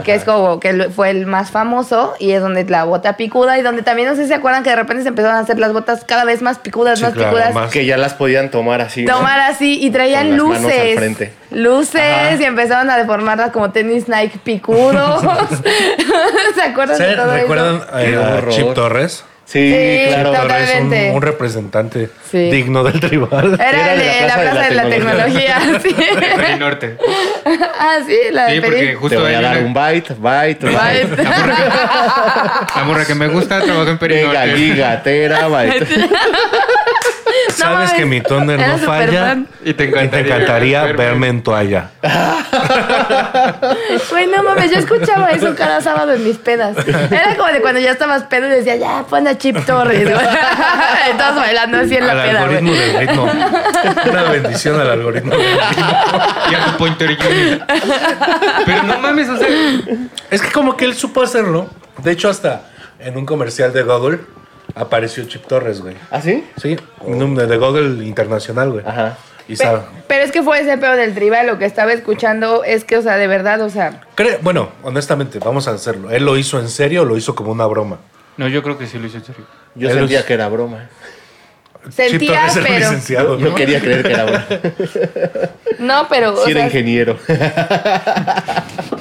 S2: que es como que lo- fue el más famoso y es donde la bota picuda y donde también no sé si se acuerdan que de repente se empezaron a hacer las botas cada vez más picudas,
S4: Sí,
S2: más
S4: claro,
S2: picudas.
S4: más.
S5: Que ya las podían tomar así. ¿no?
S2: Tomar así y traían
S5: Con las manos al
S2: luces.
S5: frente.
S2: Luces y empezaron a deformarlas como tenis Nike picudos. ¿Se acuerdan de
S4: ¿Se
S2: todo
S4: ¿Recuerdan eh,
S2: eso?
S5: Qué
S4: a
S5: horror.
S4: Chip Torres?
S5: Sí,
S2: Sí,
S5: claro.
S2: total.
S4: Torres, un,
S2: Totalmente.
S4: un representante
S2: Sí. Eh,
S4: digno del tribal.
S2: Era,
S5: Era
S2: el de la plaza de la, tecnología. sí.
S3: Rey Norte.
S2: ah, sí, la
S3: Sí,
S2: de
S3: porque
S2: Perín.
S5: Te
S3: justo
S5: voy a
S3: ahí
S5: dar
S3: la-
S5: un bite, bite, bite.
S2: Bye.
S3: la morra que me gusta trabaja en
S5: Venga,
S3: Perinorte.
S5: gigatera, bite.
S4: Sabes
S2: mames.
S4: que mi tóner
S2: Era
S4: no
S2: súper
S4: falla.
S2: fan.
S3: Y te
S4: Y te
S3: encantaría,
S4: encantaría verme en toalla.
S2: Güey, no mames, yo escuchaba eso cada sábado en mis pedas. Era como de cuando ya estabas pedo y decía, ya, pon a Chip Torres, güey. Estabas bailando así en la
S4: Al
S2: peda, güey.
S4: algoritmo del ritmo. Una bendición al algoritmo del ritmo.
S3: Y a tu Pointer Junior. Pero no mames, o sea,
S4: Es que como que él supo hacerlo. De hecho, hasta en un comercial de Google apareció Chip Torres, güey.
S5: ¿Ah, sí?
S4: Sí, un de de Google internacional, güey.
S5: Ajá.
S4: Y
S2: Pe-
S4: sabe-
S2: Pero es que fue ese pedo del tribal, lo que estaba escuchando es que, o sea, de verdad, o sea,
S4: Cre- bueno, honestamente, vamos a hacerlo. ¿Él lo hizo en serio o lo hizo como una broma?
S3: no, yo creo que sí lo hizo en serio.
S5: Yo
S4: Él
S5: sentía
S4: es-
S5: que era broma.
S4: Chip
S2: sentía,
S4: Torres era
S2: pero.
S4: licenciado.
S5: Yo quería creer que era broma.
S2: No, pero. O
S5: Si era
S2: sea,
S5: ingeniero.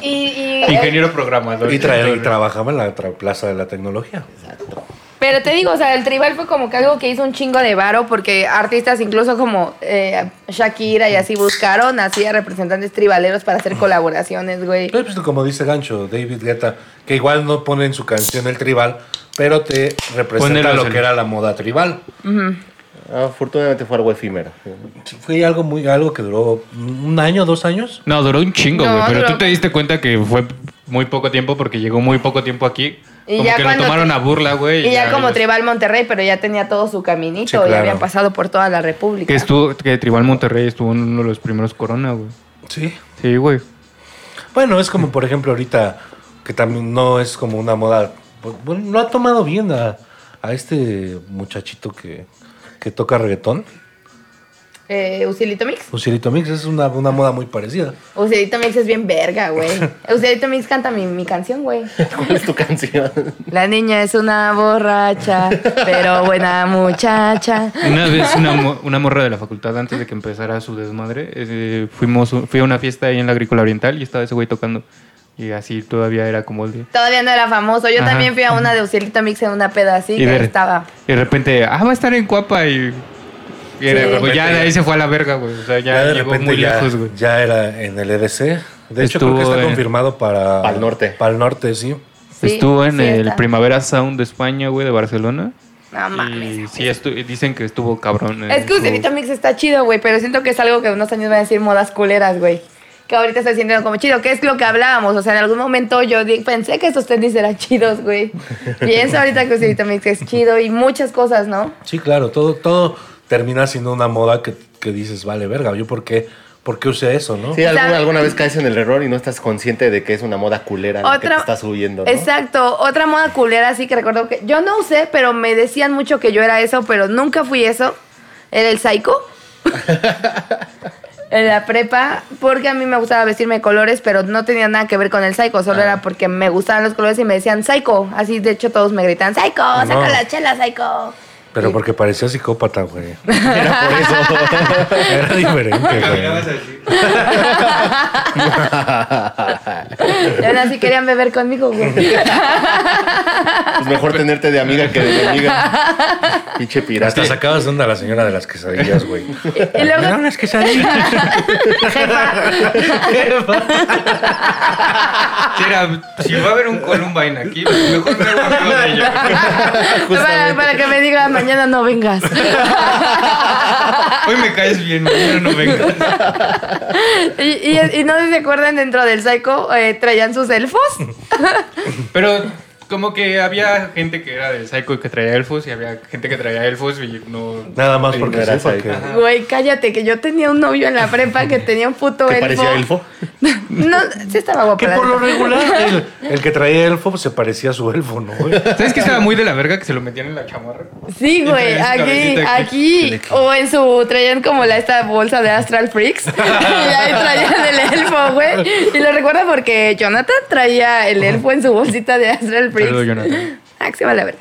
S2: y, y- eh,
S3: Ingeniero programador.
S4: Y, tra- y trabajaba en la tra- Plaza de la Tecnología.
S2: Pero te digo, o sea, el tribal fue como que algo que hizo un chingo de varo, porque artistas incluso como eh, Shakira y así buscaron así a representantes tribaleros para hacer colaboraciones, güey.
S4: Pero, pues, como dice Gancho, David Guetta, que igual no pone en su canción el tribal, pero te representa
S3: Ponerlos
S4: lo
S3: en-
S4: que era la moda tribal.
S5: Afortunadamente fue algo efímero.
S4: Fue algo muy algo que duró un año, dos años.
S3: No, duró un chingo,
S2: No,
S3: güey. pero
S2: duró-
S3: tú te diste cuenta que fue muy poco tiempo porque llegó muy poco tiempo aquí.
S2: Y
S3: como
S2: ya
S3: que lo
S2: cuando
S3: tomaron
S2: te-
S3: a burla, güey.
S2: Y ya como
S3: ellos-
S2: Tribal Monterrey, pero ya tenía todo su caminito
S4: Sí,
S2: y
S4: claro.
S2: habían pasado por toda la República.
S3: Que estuvo, que Tribal Monterrey estuvo en uno de los primeros Corona, güey.
S4: Sí.
S3: Sí, güey.
S4: Bueno, es como por ejemplo ahorita, que también no es como una moda. Bueno, no ha tomado bien a, a este muchachito que, que toca reggaetón.
S2: Eh, Usilito Mix.
S4: Lucerito Mix es una, una moda muy parecida.
S2: Usilito Mix es bien verga, güey. Usilito Mix canta mi, mi canción, güey.
S5: ¿Cuál es tu canción?
S2: La niña es una borracha, pero buena muchacha.
S3: Una vez una, mo- una morra de la facultad, antes de que empezara su desmadre, eh, fuimos, fui a una fiesta ahí en la Agrícola Oriental y estaba ese güey tocando. Y así todavía era como el de...
S2: Todavía no era famoso. Yo
S3: Ajá.
S2: también fui a una de Usilito Mix en una peda así
S3: Y
S2: que
S3: de-
S2: estaba.
S3: Y de repente, ah, va a estar en Cuapa y... y era-
S2: Sí.
S3: pues ya de ahí se fue a la verga, güey. O sea, ya,
S4: Ya de
S3: llegó
S4: repente
S3: muy
S4: ya,
S3: lejos, güey.
S4: ya era en el EDC. De hecho, creo
S3: Estuvo
S4: que está
S3: en-
S4: confirmado para.
S5: Pal Norte.
S4: Para el norte, sí.
S2: Sí,
S3: Estuvo en
S2: sí
S3: el
S2: está.
S3: Primavera Sound de España, güey, de Barcelona.
S2: No mames.
S3: y sí, estu- dicen que estuvo cabrón. eh,
S2: Es que
S3: su-
S2: Usilito Mix está chido, güey, pero siento que es algo que en unos años van a decir modas culeras, güey. Que ahorita está sintiendo como chido, que es lo que hablábamos. O sea, en algún momento yo di- pensé que estos tenis eran chidos, güey. Pienso ahorita que Usilito Mix es chido y muchas cosas, ¿no?
S4: Sí, claro, todo, todo termina siendo una moda que, que dices, vale, verga, ¿yo por qué, por qué usé eso, no?
S5: Sí,
S2: ¿Sabe?
S5: alguna, alguna vez caes en el error y no estás consciente de que es una moda culera la que te está subiendo. ¿no?
S2: Exacto, otra moda culera así que recuerdo que yo no usé, pero me decían mucho que yo era eso, pero nunca fui eso. Era el psycho. en la prepa, porque a mí me gustaba vestirme de colores, pero no tenía nada que ver con el psycho, solo
S5: Ah.
S2: era porque me gustaban los colores y me decían psycho. Así, de hecho, todos me gritan, psycho, saca
S4: No.
S2: la chela, psycho.
S4: Pero porque parecía psicópata, güey.
S5: Era por eso.
S4: Era diferente, güey.
S2: Y aún así querían beber conmigo, güey.
S5: Es Pues mejor tenerte de amiga que de enemiga. Pinche pirata.
S4: Hasta sacabas de onda a la señora de las quesadillas, güey.
S2: Y luego,
S5: Ah,
S4: las quesadillas?
S2: jefa,
S3: Sí, era, si va a haber un Columbine aquí, mejor me voy a hablar de ello.
S2: para, para que me diga mañana no vengas.
S3: Hoy me caes bien, mañana no vengas.
S2: Y, y- y no sé si se acuerdan, dentro del psycho eh, traían sus elfos.
S3: Pero como que había gente que era del psycho y que traía elfos y había gente que traía elfos y no...
S4: Nada más
S5: Sí,
S4: porque
S5: no era
S4: sí, porque-
S5: psycho.
S2: Güey, cállate, que yo tenía un novio en la prepa que tenía un puto
S5: ¿Te
S2: elfo.
S5: parecía elfo?
S2: No, sí estaba guapo.
S4: Que
S2: la
S4: por lo
S2: neta.
S4: regular el, el que traía elfo pues, se parecía a su elfo, ¿no?
S3: ¿Sabes que estaba muy de la verga que se lo metían en la chamarra?
S2: Sí, güey,
S3: Entre su
S2: aquí,
S3: cabecita aquí.
S2: aquí, o en su, traían como la, esta bolsa de Astral Freaks, y ahí traían el elfo, güey, y lo recuerdo porque Jonathan traía el elfo en su bolsita de Astral Freaks.
S3: Saludos, Jonathan.
S2: Ah, que se va la verga.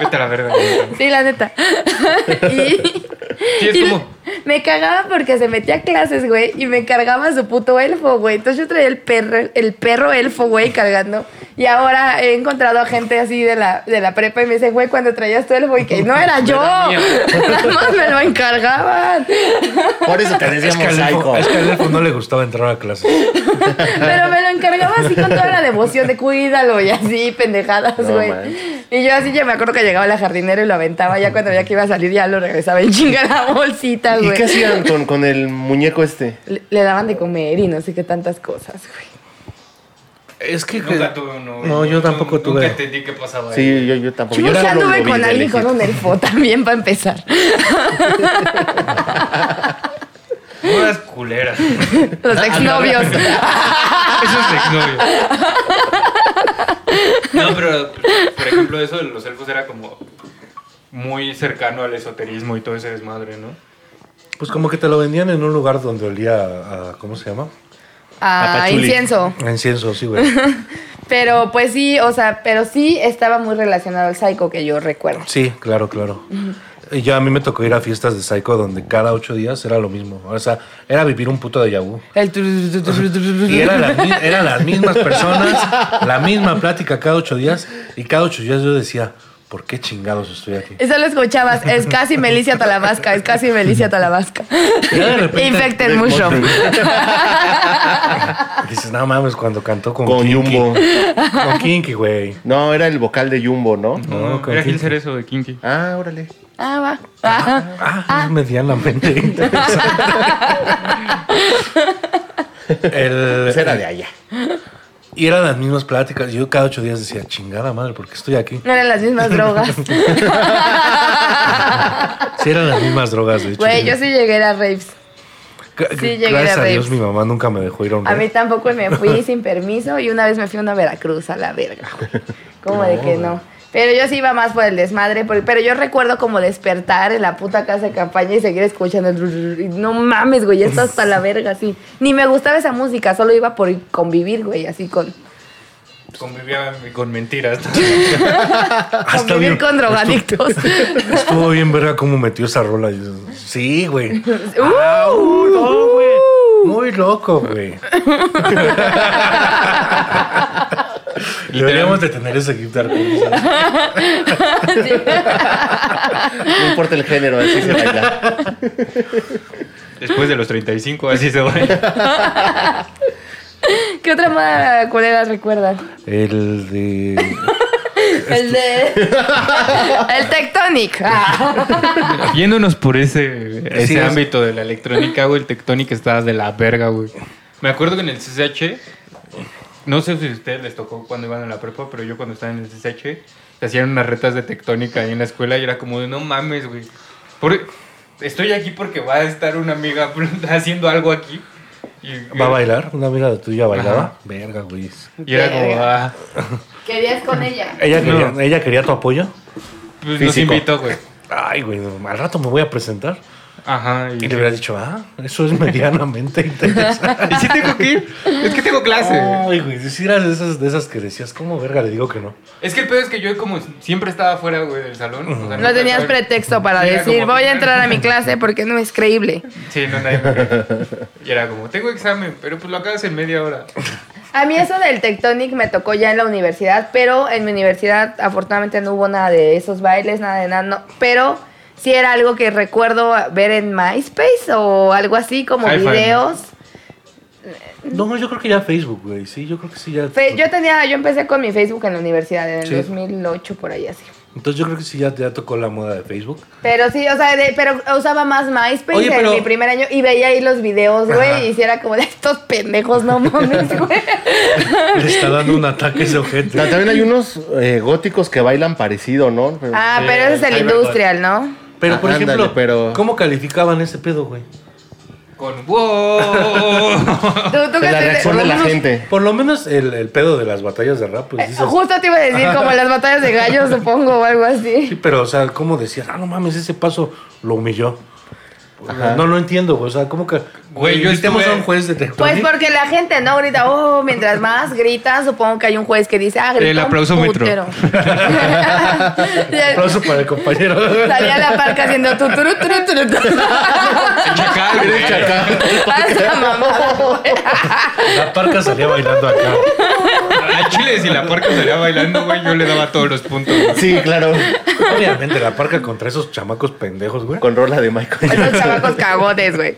S3: Vete a la verga. Jonathan.
S2: Sí, la neta. y,
S3: Sí, es
S2: y
S3: como...
S2: me cagaba porque se metía a clases, güey, y me cargaba su puto elfo, güey. Entonces yo traía el perro, el perro elfo, güey, cargando. Y ahora he encontrado a gente así de la, de la prepa y me dice, güey, cuando traías tu elfo, y que no era yo.
S3: mía.
S2: Nada más me lo encargaban.
S5: Por eso te
S4: Es que,
S5: decíamos
S4: al elfo,
S5: psycho.
S4: es que al elfo no le gustaba entrar a clases.
S2: Pero me lo encargaba así con toda la devoción de cuídalo y así, pendejadas,
S5: No
S2: güey.
S5: manches.
S2: y yo así ya me acuerdo que llegaba la jardinera y lo aventaba. Ya cuando veía que iba a salir, ya lo regresaba en chinga la bolsita,
S5: ¿Y
S2: güey.
S5: qué hacían con, con el muñeco este?
S2: Le, le daban de comer y no sé qué tantas cosas, güey.
S4: Es que...
S3: Nunca tuve uno.
S4: No, yo tampoco
S3: Nunca
S4: tuve.
S3: entendí qué pasaba ahí.
S5: Sí, yo, yo tampoco.
S2: Yo
S5: yo
S2: ya
S5: era lo-
S2: anduve
S5: lo vi
S2: con
S5: de
S2: alguien
S5: lejito.
S2: con un elfo también para empezar.
S3: Todas culeras. Eso
S2: Los exnovios.
S3: es exnovio. No, pero por ejemplo, eso de los elfos era como muy cercano al esoterismo y todo ese desmadre, ¿no?
S4: Pues como que te lo vendían en un lugar donde olía a... a- ¿Cómo se llama?
S2: Ah,
S5: Apachuli.
S2: incienso.
S4: A Incienso, sí, güey.
S2: Pero pues sí, o sea, pero sí estaba muy relacionado al psycho que yo recuerdo.
S4: Sí, claro, claro. Y yo a mí me tocó ir a fiestas de Psycho donde cada ocho días era lo mismo. O sea, era vivir un puto de vu.
S2: El
S4: Y eran las, mi- eran las mismas personas, la misma plática cada ocho días. Y cada ocho días yo decía, ¿por qué chingados estoy aquí?
S2: Eso lo escuchabas, es casi Melicia Talabasca, es casi Melicia Talabasca.
S4: Ya de repente-
S2: Infecten mucho.
S4: Y dices, no mames, cuando cantó con,
S5: Con
S4: Kinky.
S5: Jumbo.
S4: Con Kinky, güey.
S5: No, era el vocal de Jumbo, ¿no?
S4: No,
S3: No,
S4: con
S3: era
S4: Kinky.
S3: Gilser eso de Kinky.
S5: Ah, órale.
S2: Ah, va. Ah,
S4: Ah, es medianamente interesante. El-
S5: Pues era de allá.
S4: y eran las mismas pláticas. Yo cada ocho días decía, chingada madre, ¿por qué estoy aquí?
S2: no eran las mismas drogas.
S4: Sí, eran las mismas drogas, de hecho.
S2: Güey, yo sí llegué a raves.
S4: Gra-
S2: sí llegué
S4: Gracias
S2: a
S4: a
S2: raves.
S4: Dios, mi mamá nunca me dejó ir a un
S2: A mí
S4: rave.
S2: tampoco me fui sin permiso y una vez me fui a una Veracruz a la verga. güey. Como de que no. Pero yo sí iba más por el desmadre, por- pero yo recuerdo como despertar en la puta casa de campaña y seguir escuchando. el rrrr, y No mames, güey, ya está hasta la verga, sí. Ni me gustaba esa música, solo iba por convivir, güey, así con.
S3: Convivía con mentiras.
S4: Hasta
S2: convivir
S4: bien-
S2: con drogadictos.
S4: Estuvo bien verga cómo metió esa rola. Yo- Sí, güey. Ah,
S2: ¡Uh!
S4: No, güey. Muy loco, güey. Deberíamos de tener ese guitar. ¿sabes?
S5: No importa el género, así se baila.
S3: Después de los 35, así se va.
S2: ¿Qué otra moda culera recuerdan?
S4: El de...
S2: El de. el Tectonic. Ah.
S3: Yéndonos por ese, ese
S4: Sí, es-
S3: ámbito de la electrónica, güey, el Tectonic está de la verga, güey. Me acuerdo que en el CCH, no sé si a ustedes les tocó cuando iban a la prepa, pero yo cuando estaba en el CCH, se hacían unas retas de tectónica ahí en la escuela y era como de no mames, güey. Por- e, Estoy aquí porque va a estar una amiga haciendo algo aquí. Y,
S4: ¿Va a bailar? ¿Una amiga tuya bailaba?
S3: Ajá.
S4: Verga, güey.
S3: Y era como, ah,
S2: Querías con ella.
S4: ¿Ella
S3: No.
S4: quería, ¿Ella quería tu apoyo?
S3: pues nos
S5: Físico.
S3: invitó, güey.
S4: Ay, güey, al rato me voy a presentar.
S3: Ajá.
S4: Y le hubiera dicho, ah, eso es medianamente interesante.
S3: ¿Y sí tengo que ir? Es que tengo clase.
S4: Ay, güey, si eras de esas, de esas que decías, ¿cómo verga le digo que no?
S3: Es que el pedo es que yo como siempre estaba fuera, güey, del salón. o sea,
S2: No
S3: nunca
S2: tenías
S3: estaba-
S2: pretexto para
S3: Sí, era
S2: decir,
S3: como-
S2: voy a entrar a mi clase porque no es creíble.
S3: Sí, no, nadie me creía. Y era como, tengo examen, pero pues lo acabas en media hora.
S2: A mí eso del Tectonic me tocó ya en la universidad, pero en mi universidad afortunadamente no hubo nada de esos bailes, nada de nada, no, pero sí era algo que recuerdo ver en MySpace o algo así, como
S3: Hi-Fi.
S2: videos.
S4: No, yo creo que ya Facebook, güey. Sí, yo creo que sí ya.
S2: Fe- yo tenía, yo empecé con mi Facebook en la universidad en el
S4: Sí.
S2: 2008 por ahí así.
S4: Entonces yo creo que sí ya, ya tocó la moda de Facebook.
S2: Pero sí, o sea, de- pero usaba más MySpace
S4: Oye, pero-
S2: en mi primer año y veía ahí los videos,
S4: Ajá.
S2: güey, y hiciera como de estos pendejos, no mames, güey.
S4: Le está dando un ataque ese
S5: O sea,
S4: ojete.
S5: También hay unos eh, góticos que bailan parecido, ¿no?
S2: Ah,
S4: Sí,
S2: pero ese es el
S4: ahí va,
S2: industrial, ¿no?
S4: Pero por
S5: Ah, ándale,
S4: ejemplo,
S5: pero-
S4: ¿cómo calificaban ese pedo, güey?
S3: Con wow.
S2: Tú, tú que
S5: la
S2: te-
S5: reacción de la
S4: menos-
S5: gente.
S4: Por lo menos el, el pedo de las batallas de rap, pues
S2: Eh,
S4: dices.
S2: Justo te iba a decir, como las batallas de gallos, supongo, o algo así.
S4: Sí, pero o sea, ¿cómo decías? Ah, no mames, ese paso lo humilló.
S5: Ajá.
S4: No lo entiendo, güey. O sea, ¿cómo que.
S3: Güey, yo
S4: Invitemos
S3: estuve-
S4: a un juez de
S2: Pues
S4: Tectonic?
S2: porque la gente, ¿no? Grita, oh, mientras más gritan, supongo que hay un juez que dice, ah, grita
S3: El
S2: un
S3: aplausómetro.
S2: putero.
S4: Aplauso para el compañero.
S2: Salía la parca haciendo tu, turu, turu, turu, turu.
S3: Chacal, güey.
S2: Ah, esa mamada, güey.
S4: La parca salía bailando acá.
S3: A Chile, si la puerca salía bailando, güey, yo le daba todos los puntos. güey.
S5: Sí, claro.
S4: Obviamente, la parca contra esos chamacos pendejos, güey.
S5: Con rola de Michael.
S2: Esos chavacos cagotes, güey.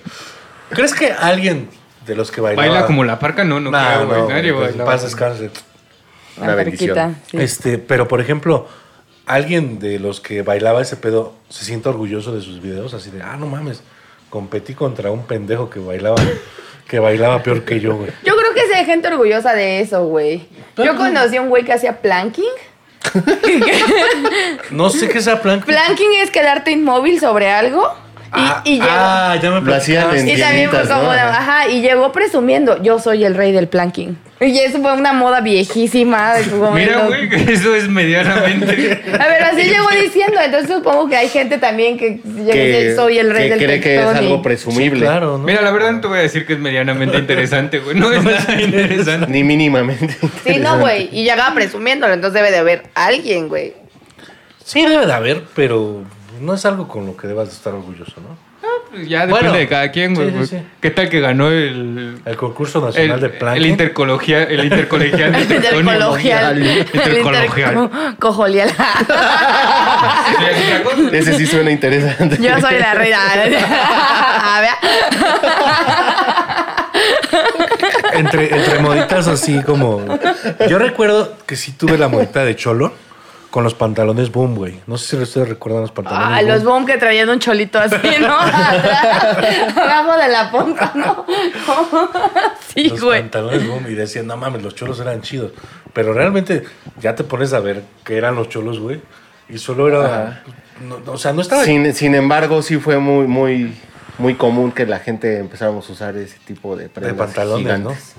S4: ¿Crees que alguien de los que bailaba...
S3: Baila como la parca, no, no
S4: Nah,
S3: creo, güey.
S4: no,
S3: Nadie
S4: pues,
S3: bailaba.
S4: paz, descanse.
S5: Una
S2: La
S5: bendición.
S2: parquita, sí.
S4: Este, pero, por ejemplo, alguien de los que bailaba ese pedo se siente orgulloso de sus videos, así de, ah, no mames, competí contra un pendejo que bailaba, que bailaba peor que yo, güey.
S2: Yo creo que sí hay gente orgullosa de eso, güey. Yo conocí a un güey que hacía planking.
S4: No sé qué sea plan...
S2: Planking es quedarte inmóvil sobre algo. Y,
S4: ah,
S2: y llegó-
S4: ah, ya me
S5: Lo hacían
S4: platicaste.
S5: en
S2: y también fue
S5: tienditas,
S2: como,
S5: ¿no?
S2: de-
S5: Ajá.
S2: ajá, y llegó presumiendo, yo soy el rey del planking. Y eso fue una moda viejísima de su momento.
S3: Mira, güey, que eso es medianamente.
S2: A ver, así llegó diciendo, entonces supongo que hay gente también que llega y dice,
S5: Que,
S2: soy el rey
S5: que
S2: del
S5: cree que es
S2: tectón y-
S5: algo presumible.
S4: Claro, ¿no?
S3: Mira, la verdad no te voy a decir que es medianamente interesante, güey. No es nada interesante.
S5: Ni mínimamente.
S2: Sí, no,
S5: interesante.
S2: güey, y llegaba presumiéndolo, entonces debe de haber alguien, güey.
S4: Sí debe de haber, pero no es algo con lo que debas de estar orgulloso, ¿no?
S3: Pues Ya depende
S4: Bueno,
S3: de cada quien, güey.
S4: sí, sí, sí.
S3: ¿Qué tal que ganó el.
S4: El concurso
S3: El,
S4: nacional de plan...
S3: el intercolegia- el intercolegial de Tectónico
S2: Intercologial.
S3: Mundial. Intercolegial.
S2: Cojolial.
S3: Sí, es otra cosa.
S5: Ese sí suena interesante.
S2: Yo soy la reina. A ver.
S4: entre, entre moditas así como. Yo recuerdo que sí tuve la modita de cholo con los pantalones boom, güey. No sé si ustedes recuerdan los pantalones.
S2: Ah, los boom que traían un cholito así, ¿no? Atrás, Abajo de la pompa, ¿no? ¿Cómo? Sí,
S4: Los
S2: güey.
S4: pantalones boom. Y decían, no mames, los cholos eran chidos. Pero realmente ya te pones a ver qué eran los cholos, güey. Y solo era. no- no, o sea, no estaba.
S5: Sin, sin embargo, sí fue muy, muy, muy común que la gente empezáramos a usar ese tipo de
S4: de
S5: prendas.
S4: pantalones,
S5: gigantes.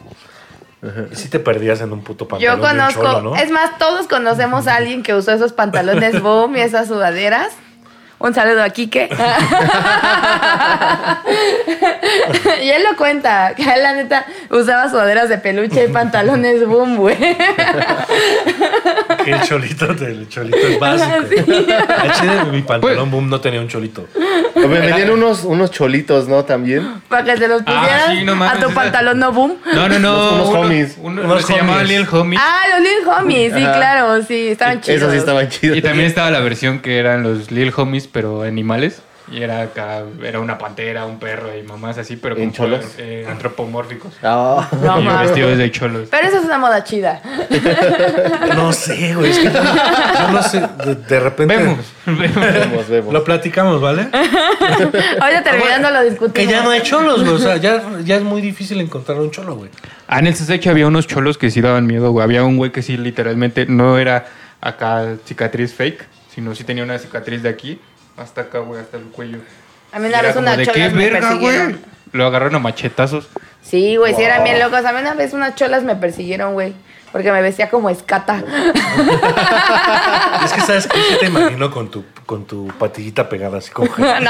S4: ¿no? Y si te perdías en un puto pantalón.
S2: Yo
S4: de un
S2: conozco,
S4: cholo, ¿no?
S2: es más, todos conocemos a alguien que usó esos pantalones boom y esas sudaderas. Un saludo a Quique. y él lo cuenta, que él, la neta usaba sudaderas de peluche y pantalones boom, güey.
S4: Que El cholito, el cholito es básico. Al chile, mi pantalón boom no tenía un cholito.
S5: Me venían unos, unos cholitos, ¿no? También.
S2: Para que se los
S3: Ah,
S2: pusieras
S3: sí, no mames,
S2: a tu
S3: esa-
S2: pantalón no boom.
S3: No, no, no.
S5: Unos- unos
S3: uno-
S5: homies.
S3: uno-
S4: Unos
S3: se llamaba
S4: homies.
S3: Lil Homie.
S2: Ah, los Lil Homies, sí,
S5: Ajá.
S2: claro, sí, estaban chidos.
S5: Esos sí estaban chidos.
S3: Y también estaba la versión que eran los Lil Homies, pero animales. Y era acá, era una pantera, un perro y mamás así, pero
S5: ¿En
S3: con
S5: cholos?
S3: eh, antropomórficos.
S5: Ah.
S2: No,
S3: y
S2: mames.
S3: vestidos de cholos.
S2: Pero eso es una moda chida.
S4: No sé, güey. Es que yo, yo no sé. De, de repente.
S3: Vemos, vemos.
S5: Vemos, vemos.
S4: Lo platicamos, ¿vale?
S2: Ah, Ahorita terminando lo discutimos.
S4: Que ya no hay cholos, güey. O sea, ya, ya es muy difícil encontrar un cholo, güey.
S3: Ah, en el CCH había unos cholos que sí daban miedo, güey. Había un güey que sí literalmente no era acá cicatriz fake, sino sí tenía una cicatriz de aquí hasta acá, güey, hasta el cuello.
S2: A mí una
S3: Y era
S2: vez
S3: como,
S2: una
S3: ¿de
S2: chola
S3: qué
S2: me
S3: verga,
S2: persiguieron.
S3: güey? Lo agarraron a machetazos.
S2: Sí, güey, sí eran bien locos. A mí una vez unas cholas me persiguieron, güey. Porque me vestía como escata.
S4: Es que, ¿sabes qué? Sí te imagino con tu, con tu patillita pegada así como...
S2: no mames.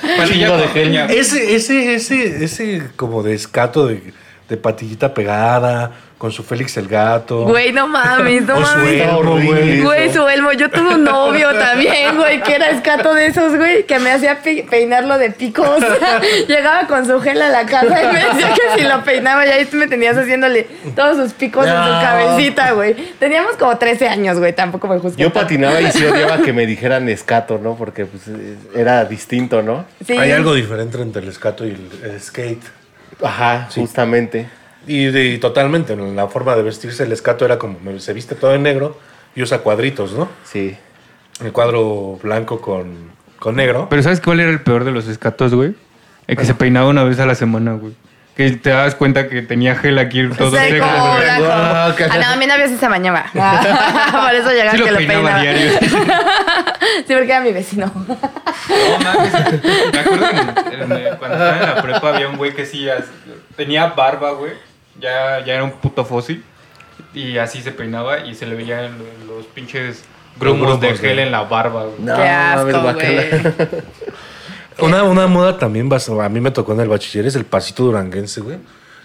S3: Patilla
S5: Chingo de
S3: costeña.
S4: Ese, ese, ese, ese como descato de, de patillita pegada, con su Félix el gato.
S2: Güey, no mames, no
S4: o su
S2: mames.
S4: elmo, güey.
S5: horrible.
S2: Güey, su elmo. Yo tuve un novio también, güey, que era escato de esos, güey, que me hacía pe- peinarlo de picos. Llegaba con su gel a la casa y me decía que si lo peinaba, ya ahí tú me tenías haciéndole todos sus picos en
S4: No.
S2: su cabecita, güey. Teníamos como 13 años, güey, tampoco me juzgué.
S5: Yo
S2: tanto.
S5: patinaba y sí odiaba que me dijeran escato, ¿no? Porque pues, eh, era distinto, ¿no?
S2: Sí.
S4: Hay algo diferente entre el escato y el, el skate.
S5: Ajá, justamente.
S4: Y, de- y totalmente, en la forma de vestirse, el escato era como, me- se viste todo en negro y usa cuadritos, ¿no?
S5: Sí.
S4: El cuadro blanco con, con negro.
S3: Pero ¿sabes cuál era el peor de los escatos, güey? El que se peinaba una vez a la semana, güey. Que te dabas cuenta que tenía gel aquí todo
S2: Sí,
S3: seco,
S2: como
S3: güey.
S2: blanco.
S5: Ah, ok.
S2: Ah, no, a mí novio sí se bañaba. Por eso llegaba
S3: Sí lo
S2: que lo
S3: peinaba
S2: peinaba.
S3: diario.
S2: sí, porque era mi vecino.
S3: No mames. Me acuerdo que en- en- cuando estaba en la prepa había un güey que sí as- tenía barba, güey. Ya, ya era un puto fósil. Y así se peinaba y se le veían lo- los pinches grumos de
S4: Grumos,
S3: gel
S4: güey.
S3: en la barba, güey.
S5: No,
S2: Qué asco,
S5: mames,
S2: güey.
S5: guacala.
S4: Una, una moda también, bas- a mí me tocó en el bachiller, es el pasito duranguense, güey.